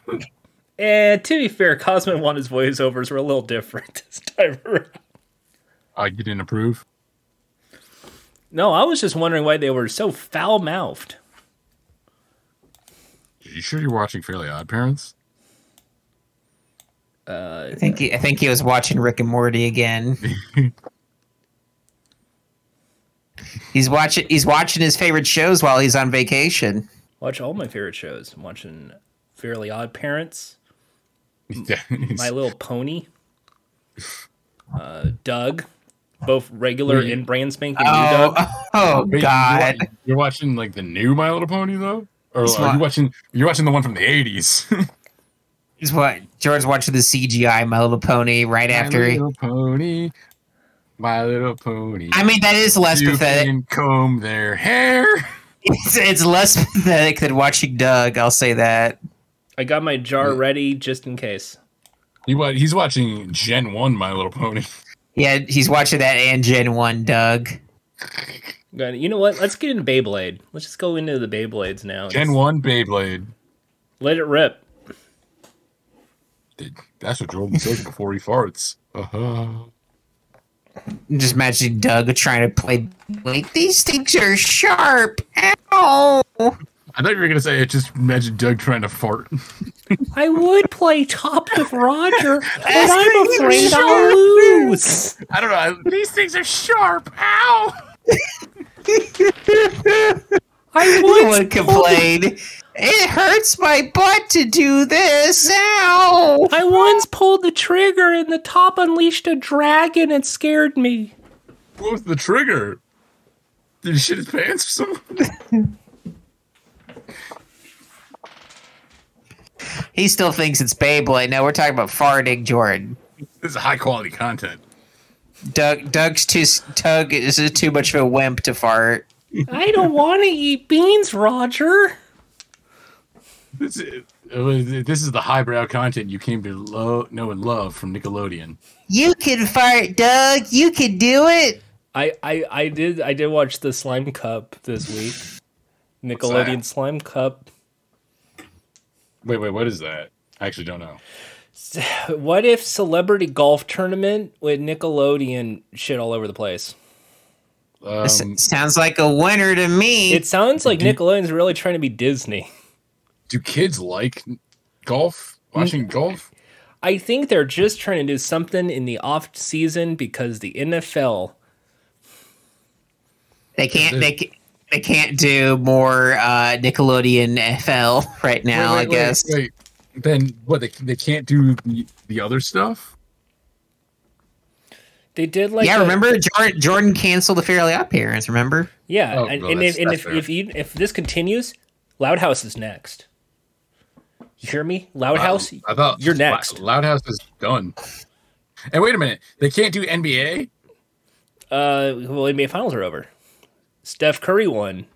And to be fair, Cosmo One his voiceovers were a little different this time around. Oh, you didn't approve? No, I was just wondering why they were so foul mouthed. You sure you're watching Fairly Odd Parents? I think. He, I think he was watching Rick and Morty again. he's watching. He's watching his favorite shows while he's on vacation. Watch all my favorite shows. I'm watching Fairly Odd Parents, Yeah, My Little Pony. uh, Doug, both regular Wait. and brand spanking new Oh, Doug. oh Wait, God. You're, you're watching like the new My Little Pony though, or It's are not- you watching? You're watching the one from the '80s. It's what George watching the CGI My Little Pony right after. My he- Little Pony, My Little Pony. I mean, that is less you pathetic. can comb their hair. It's, it's less pathetic than watching Doug. I'll say that. I got my jar ready just in case. He, wa- he's watching Gen One My Little Pony. Yeah, he's watching that and Gen One Doug. Got it. You know what? Let's get into Beyblade. Let's just go into the Beyblades now. Gen Just One Beyblade. Let it rip. Dude, That's what Jordan says before he farts. Uh-huh. I'm just imagining Doug trying to play. Like these things are sharp. Ow! I thought you were gonna say it. Just imagine Doug trying to fart. I would play top with Roger, but I'm afraid I'll lose. I don't know. These things are sharp. Ow! I No one complained. It hurts my butt to do this. Ow! I once pulled the trigger and the top unleashed a dragon and scared me. What was the trigger? Did he shit his pants or something? He still thinks it's Beyblade. No, we're talking about farting, Jordan. This is high quality content. Doug, Doug's too. Doug is too much of a wimp to fart. I don't want to eat beans, Roger. This is, it was- this is the highbrow content you came to lo- know and love from Nickelodeon. You can fart, Doug. You can do it. I, I, I did I did watch the Slime Cup this week. Nickelodeon Slime Cup. Wait, wait, what is that? I actually don't know. What if celebrity golf tournament with Nickelodeon shit all over the place? S- Um, sounds like a winner to me. It sounds like Nickelodeon's really trying to be Disney. do kids like golf? Mm, Watching golf? I think they're just trying to do something in the off season because the NFL. they can't. They can't. They can't do more uh, Nickelodeon FL right now. Wait, I wait, wait, guess. Wait, Then what? They, they can't do the, the other stuff. They did like yeah, a- remember Jordan, Jordan canceled the Fairly Odd appearance. Remember? Yeah, Oh, and, well, and, that's- if, and that's if fair. if, you, if this continues, Loud House is next. You hear me, Loud House? I thought you're next. Lou- Loud House is done. And wait a minute, they can't do NBA. Uh, well, NBA Finals are over. Steph Curry won,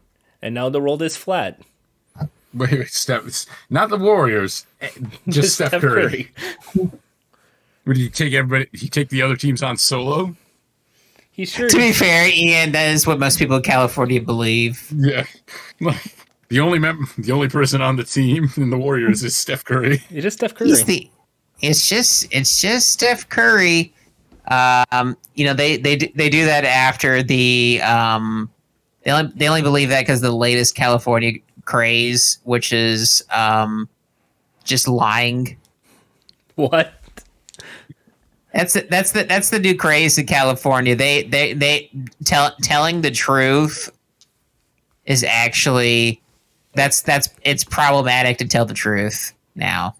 and now the world is flat. Wait, wait, Steph, it's not the Warriors, eh, just, Steph, Curry. Would he take everybody? He take the other teams on solo? He sure. To be fair, Ian, that is what most people in California believe. Yeah, like the only mem- the only person on the team in the Warriors is Steph Curry. It is Steph Curry. He's the. It's just. It's just Steph Curry. Um, you know they they do- they do that after the um, they only, they only believe that because the latest California craze, which is um, just lying. what? That's the, that's the that's the new craze in California. They they they tell telling the truth is actually that's that's it's problematic to tell the truth now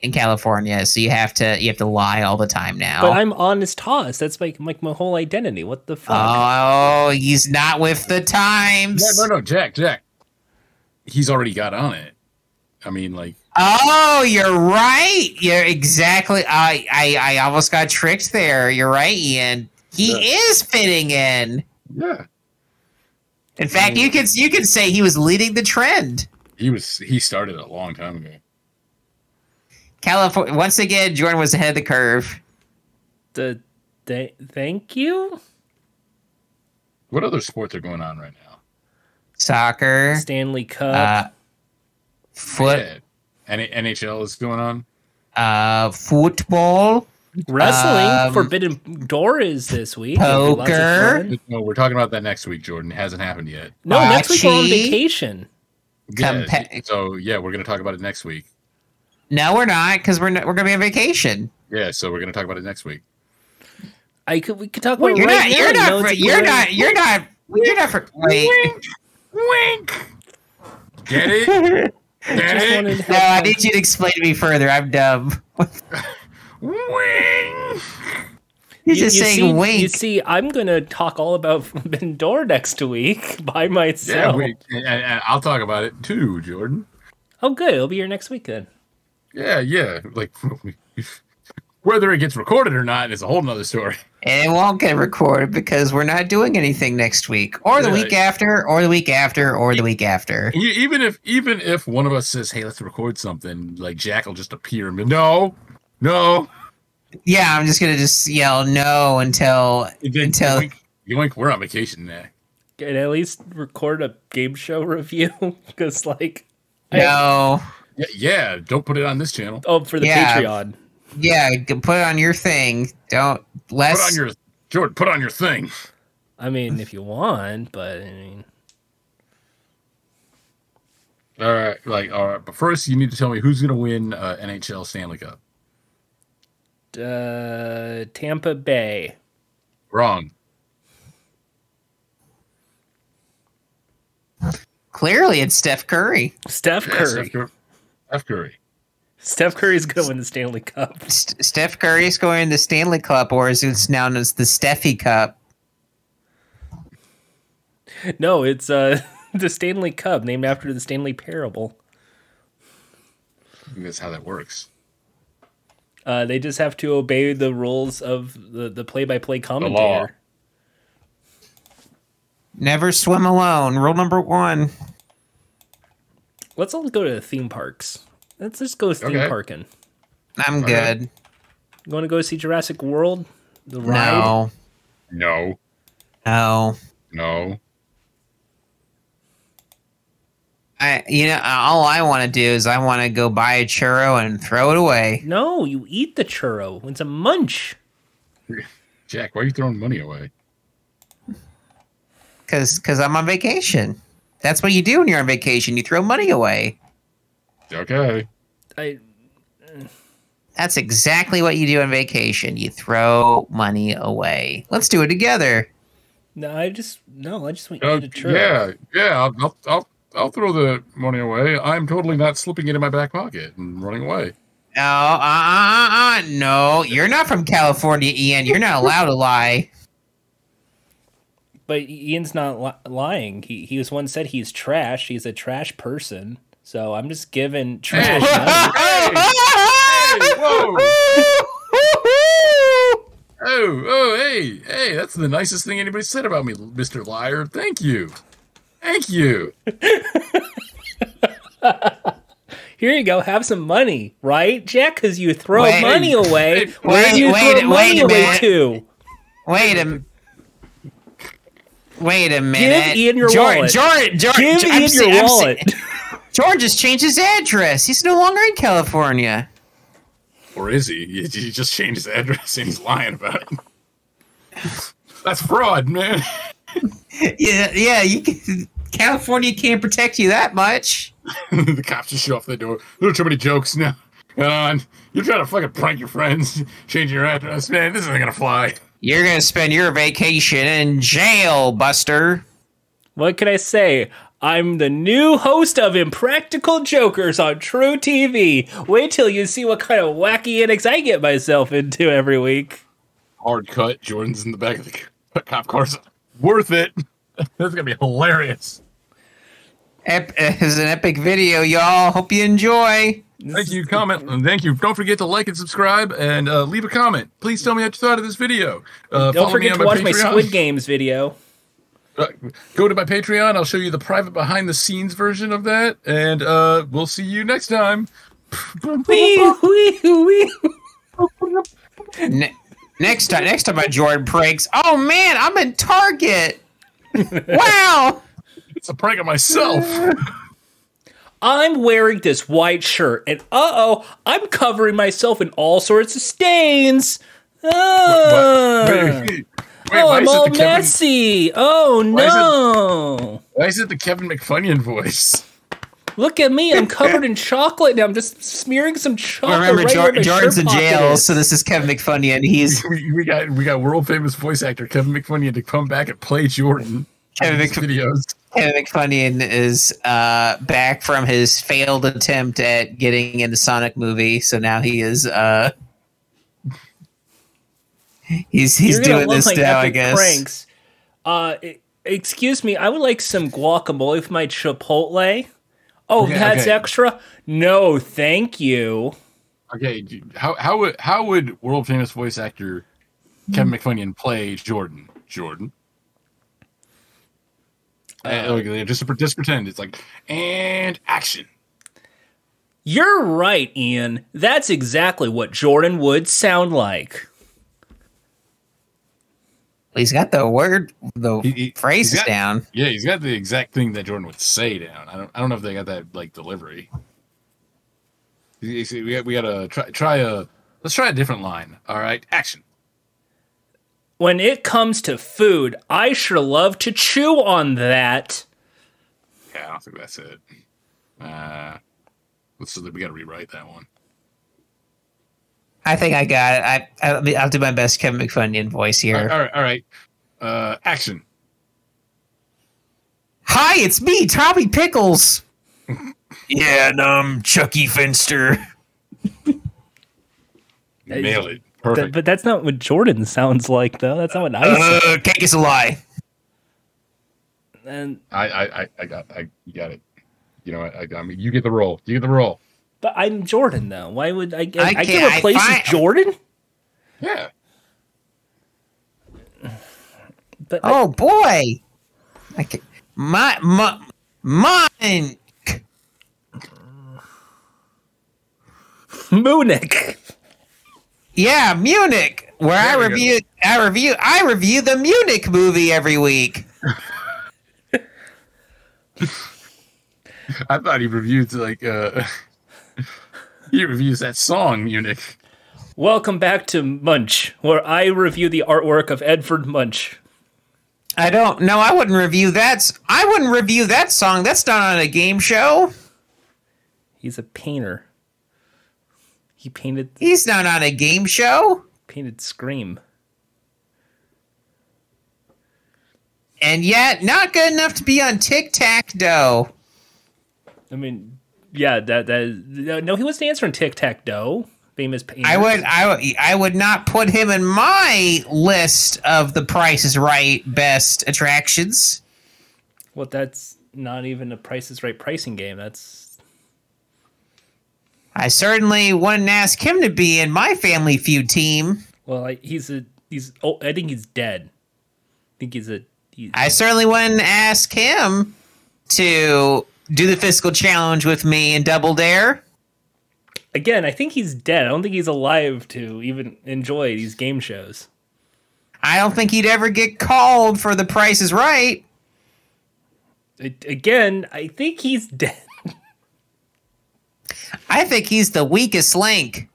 in California. So you have to you have to lie all the time But now. I'm honest Haas. That's like, like my whole identity. What the fuck? Oh, he's not with the times. No, no, no, Jack, Jack. He's already got on it. I mean, like Oh, you're right. You're exactly. I I I almost got tricked there. You're right, Ian. He Yeah. is fitting in. yeah, In fact, you could you could say he was leading the trend. he was he started a long time ago. California once again, Jordan was ahead of the curve. the, th- thank you. What other sports are going on right now? Soccer, Stanley Cup. uh, foot, Yeah. N- NHL is going on. uh, football. Wrestling Um, Forbidden Door is this week. It'll be lots of Poker. fun. No, we're talking about that next week, Jordan. It hasn't happened yet. No, next week we're on Bocce. vacation. Yeah, Compa- so yeah, we're gonna talk about it next week. No, we're not because we're not, we're gonna be on vacation. Yeah, so we're gonna talk about it next week. I could we could talk about You're it right not. now You're and not. no fr- one's You're going- not. You're not. You're not. fr- Wait. Wink. Get it? Get Just it? wanted to No, I have fun. need you to explain to me further. I'm dumb. Wink. You're just saying see, wink. You see, I'm gonna talk all about Bendor next week by Yeah, myself. we, and, and I'll talk about it too, Jordan. oh, good. It'll be here next week then. Yeah, yeah. Like whether it gets recorded or not is a whole nother story. And it won't get recorded because we're not doing anything next week, or the Yeah. week after, or the week after, or the week after. E- Even if even if one of us says, "Hey, let's record something," like Jack will just appear and be, "No, no." Yeah, I'm just gonna just yell no until And then Until- yoink, yoink, we're on vacation now. And at least record a game show review because, like, no. Yeah, yeah, don't put it on this channel. oh, for the Yeah. Patreon. Yeah, g- put it on your thing. Don't Put less. on your Jordan. Put on your thing. I mean, if you want, but I mean, All right, like all right. But first, you need to tell me who's gonna win uh, NHL Stanley Cup. uh, Tampa Bay. Wrong. Clearly, it's Steph Curry. Steph Yeah, Steph Curry. Cur- Steph Curry. Steph Curry's gonna win the Stanley Cup. St- Steph Curry is going the Stanley Cup, or as it's known as the Steffi Cup. No, it's uh the Stanley Cup, named after the Stanley Parable. I think that's how that works. Uh, they just have to obey the rules of the the play by play law. commentator. Never swim alone. Rule number one. Let's all go to the theme parks. Let's just go theme Okay. parking. I'm right. good. You want to go see Jurassic World? The ride? No, No, no. no. I, you know, all I want to do is I want to go buy a churro and throw it away. No, you eat the churro. It's a munch. Jack, why are you throwing money away? Cause, cause I'm on vacation. That's what you do when you're on vacation. You throw money away. Okay. I That's exactly what you do on vacation. You throw money away. Let's do it together. no, I just no, I just want you Uh, to eat a churro. yeah, yeah. I'll, I'll, I'll, I'll throw the money away. I'm totally not slipping it in my back pocket and running away. No, uh, uh, uh, uh, no. You're not from California, Ian. You're not allowed to lie. But Ian's not li- lying. He he was once said he's trash. He's a trash person. So I'm just giving trash. money. Hey! Whoa! Oh, oh, hey, hey, that's the nicest thing anybody said about me, Mr. Liar. Thank you. Thank you. Here you go. Have some money, right, Jack? Because you throw Wait. money away. Wait, Where do you wait, throw money wait a away minute. to? Wait a m- Wait a minute. Ian your George, wallet. George, George, Give I'm Ian se- your I'm se- wallet. George has changed his address. He's no longer in California. Or is he? He he just changed his address and he's lying about it. That's fraud, man. Yeah, yeah. You can, California can't protect you that much. the cops just show up the door. There are too many jokes now. Come on. You're trying to fucking prank your friends, changing your address, man. This isn't gonna fly. You're gonna spend your vacation in jail, Buster. What can I say? I'm the new host of Impractical Jokers on True TV. Wait till you see what kind of wacky antics I get myself into every week. Hard cut. Jordan's in the back of the co- cop cars. Worth it. That's gonna be hilarious. Ep- it was an epic video, y'all. Hope you enjoy. Thank you, comment, and thank you. Don't forget to like and subscribe, and uh, leave a comment. Please tell me what you thought of this video. Uh, Don't follow me forget on to watch my Patreon. Squid Games video. Uh, go to my Patreon. I'll show you the private behind the scenes version of that, and uh, we'll see you next time. Wee, wee, wee. Ne- next time, next time, my Jordan pranks. Oh man, I'm in Target. wow. It's a prank of myself. I'm wearing this white shirt, and uh oh, I'm covering myself in all sorts of stains. Oh, Wait, oh why I'm is it all the Kevin- messy. Oh is it- no. Why is it the Kevin McFunion voice? Look at me. I'm covered in chocolate now. I'm just smearing some chocolate. Remember, right Jor- where my Jordan's shirt in pocket jail, is. so this is Kevin McFunian. He's We, we got we got world famous voice actor Kevin McFunion to come back and play Jordan. in Kevin these Mc- videos. Kevin McFunian is uh, back from his failed attempt at getting in the Sonic movie, so now he is uh, He's he's You're gonna doing look this like now, I epic guess. Pranks. Uh, e- excuse me, I would like some guacamole for my Chipotle. Oh, Okay, that's okay. extra? No, thank you. Okay, d- how how would how would world famous voice actor Kevin McFunion play Jordan? Jordan. Uh, okay, just just pretend it's like and action. You're right, Ian. That's exactly what Jordan would sound like. He's got the word, the He- he- phrases he's got- down. Yeah, he's got the exact thing that Jordan would say down. I don't I don't know if they got that like delivery. You- you see, We got we got to try try a let's try a different line. All right, action. When it comes to food, I sure love to chew on that. Yeah, I don't think that's it. Uh, let's we got to rewrite that one. I think I got it. I, I I'll do my best Kevin McFunion voice All here. right, all right, all right. Uh, action. Hi, it's me, Tommy Pickles. yeah, and I'm Chucky Finster. Nail it. Th- Perfect. but that's not what Jordan sounds like, though. That's not what I sound. Uh, cake is a lie. And, I, I, I, I got, I you got it. You know, what, I, I mean, you get the role. You get the role. but I'm Jordan, though. Why would I? I, I, can't- can I replace fi- Jordan. Yeah. But I- Oh boy, I can, my my mine. Oh. Munich. Yeah, Munich, where I There we go. review, I review, I review the Munich movie every week. I thought he reviewed like uh, he reviews that song Munich. Welcome back to Munch, where I review the artwork of Edvard Munch. I don't. No, I wouldn't review that. I wouldn't review that song. That's not on a game show. He's a painter. He painted He's not on a game show. painted Scream. And yet, not good enough to be on Tic Tac Doe. I mean, yeah, that that is, no, he wasn't answering Tic Tac Doe. Famous painter. I would, I would, I would not put him in my list of the Price is Right best attractions. Well, that's not even a Price is Right pricing game. That's I certainly wouldn't ask him to be in my Family Feud team. well, I, he's a he's. Oh, I think he's dead. I think he's a. He's, I certainly wouldn't ask him to do the fiscal challenge with me in Double Dare. again, I think he's dead. I don't think he's alive to even enjoy these game shows. I don't think he'd ever get called for the Price is Right. I, again, I think he's dead. I think he's the weakest link.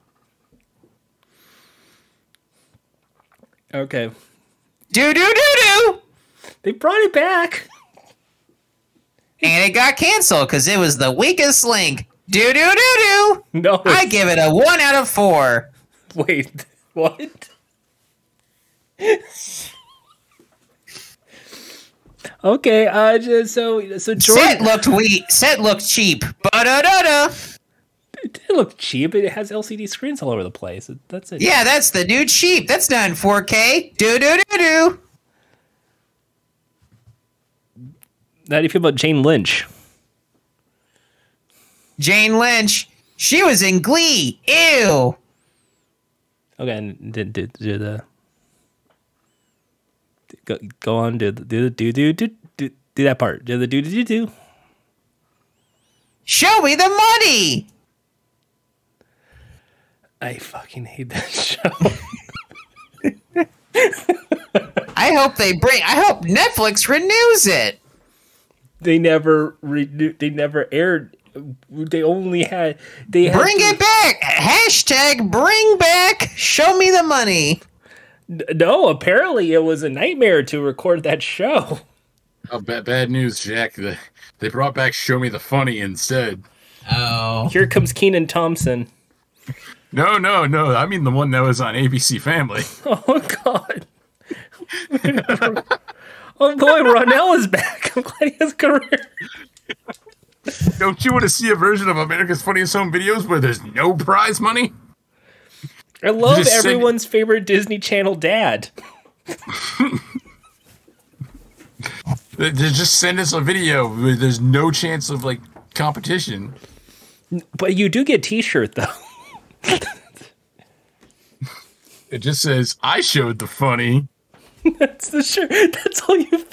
Okay, Do do do do. they brought it back. And it got canceled because it was the weakest link. Do do do do. No, I give it a one out of four. wait. What? okay. Uh. ju- So so Set Jordan looked weak. Set looked cheap. Ba da da da. it did look cheap. It has LCD screens all over the place. That's it. Yeah, that's the new cheap. That's not in 4K. Do do do do. How do you feel about Jane Lynch? Jane Lynch. She was in Glee. Ew. Okay. and Did do, do the. Go, go on. Do the do the do do do do do that part. Do the do do do do. Show me the money. I fucking hate that show. I hope they bring. I hope Netflix renews it. they never renewed. They never aired. They only had. They had Bring it back. Hashtag bring back. Show me the money. No, apparently it was a nightmare to record that show. Oh, bad, bad news, Jack. The, they brought back Show Me the Funny instead. Oh. Here comes Keenan Thompson. No, no, no. I mean the one that was on ABC Family. Oh God. oh boy, Ronell is back. I'm glad he has a career. Don't you want to see a version of America's Funniest Home Videos where there's no prize money? I love Just sing- everyone's favorite Disney Channel dad. They, they just send us a video. where There's no chance of like competition. But you do get T-shirt though. It just says, "I showed the funny." That's the shirt. That's all you.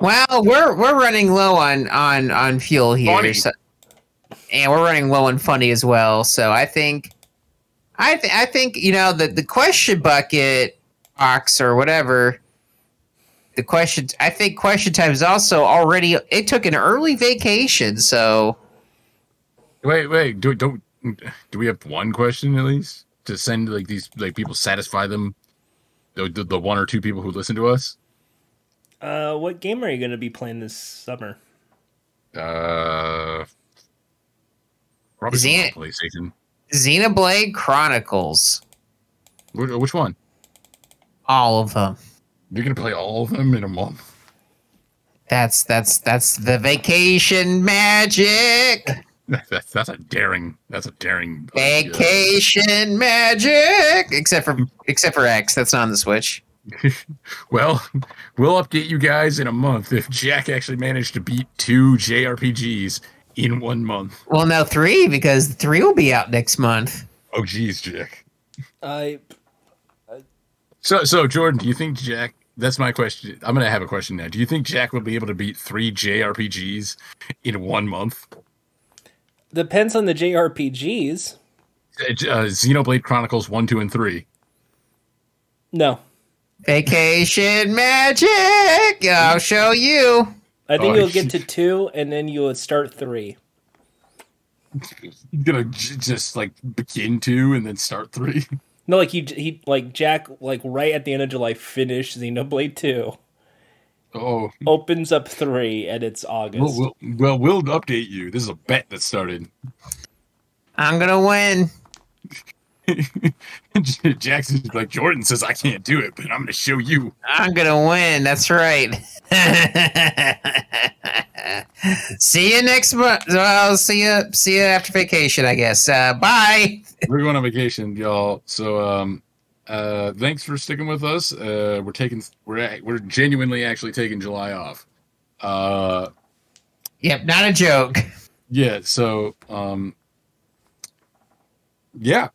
Well, we're we're running low on on on fuel here, Funny. so, and we're running low on funny as well. So I think, I th- I think you know the the question bucket box or whatever. The question, I think, question time is also already. It took an early vacation, so Wait, wait. Do don't do we have one question at least to send like these like people satisfy them? The, the, the one or two people who listen to us. Uh, what game are you going to be playing this summer? Uh, probably Is something he it? on PlayStation. Xenoblade Chronicles, Wh- Which one? all of them. You're gonna play all of them in a month. That's that's that's the vacation magic. That's that's a daring. That's a daring. idea. Vacation magic, except for except for X, that's not on the Switch. Well, we'll update you guys in a month if Jack actually managed to beat two JRPGs in one month. Well, no, three because three will be out next month. Oh, geez, Jack. I So, so Jordan, do you think Jack? That's my question. I'm gonna have a question now. Do you think Jack will be able to beat three JRPGs in one month? depends on the JRPGs. Uh, J- uh, Xenoblade Chronicles one, two, and three. No, Vacation magic, I'll show you. I think Oh, you'll get to two, and then you'll start three. You're gonna j- just like begin two and then start three. No, like he he like Jack like right at the end of July finished Xenoblade two, Oh, opens up three, and it's August. well, we'll, well, we'll update you. This is a bet that started. I'm gonna win. Jackson's like Jordan says I can't do it, but I'm gonna show you. I'm gonna win. That's right. see you next month. Well, see you. See you after vacation, I guess. Uh, bye. We're going on vacation, y'all. So um uh thanks for sticking with us. Uh we're taking we're act- we're genuinely actually taking July off. Uh Yep, not a joke. yeah, so um yeah.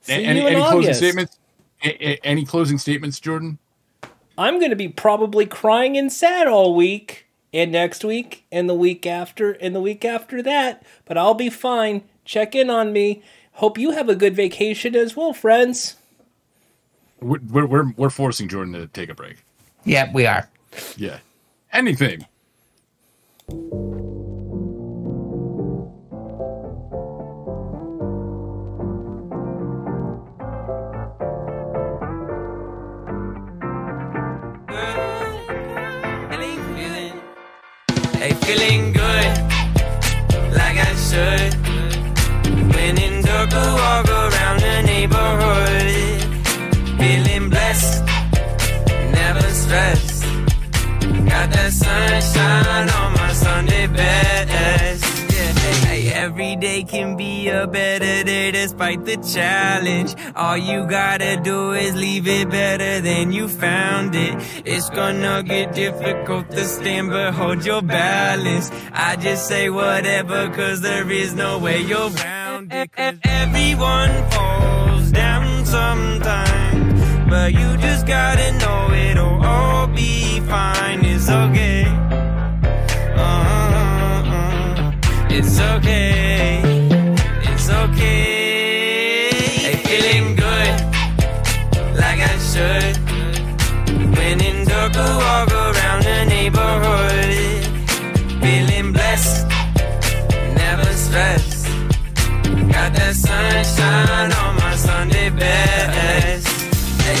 See A- you in closing August. statements? A- a- any closing statements, Jordan? I'm going to be probably crying and sad all week and next week and the week after and the week after that, but I'll be fine. Check in on me. Hope you have a good vacation as well, friends. We're we're we're, we're forcing Jordan to take a break. Yep, we are. Yeah. Anything. feeling good. Hey, feeling good, like I should. When in dark, I walk around the neighborhood. Feeling blessed, never stressed. Got that sunshine on my Sunday best. Yeah. Hey, every day can be a better day despite the challenge. All you gotta do is leave it better than you found it. It's gonna get difficult to stand, but hold your balance. I just say whatever, cause there is no way you're round it. 'Cause everyone falls down sometimes. But you just gotta know it'll all be fine. It's okay. Uh-uh-uh. Uh-huh. It's okay. It's okay. Hey, feeling good, like I should. When in dark, I walk around the neighborhood. Feeling blessed, never stressed. Got that sunshine on my Sunday best. Hey,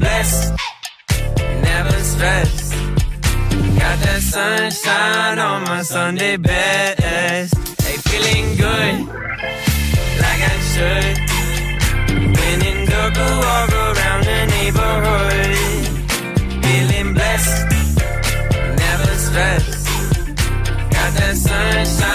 rest, never stress. Got that sunshine on my Sunday best. Hey, feeling good, like I should. When in Durga, walk around the neighborhood. Feeling blessed, never stressed. Got that sunshine.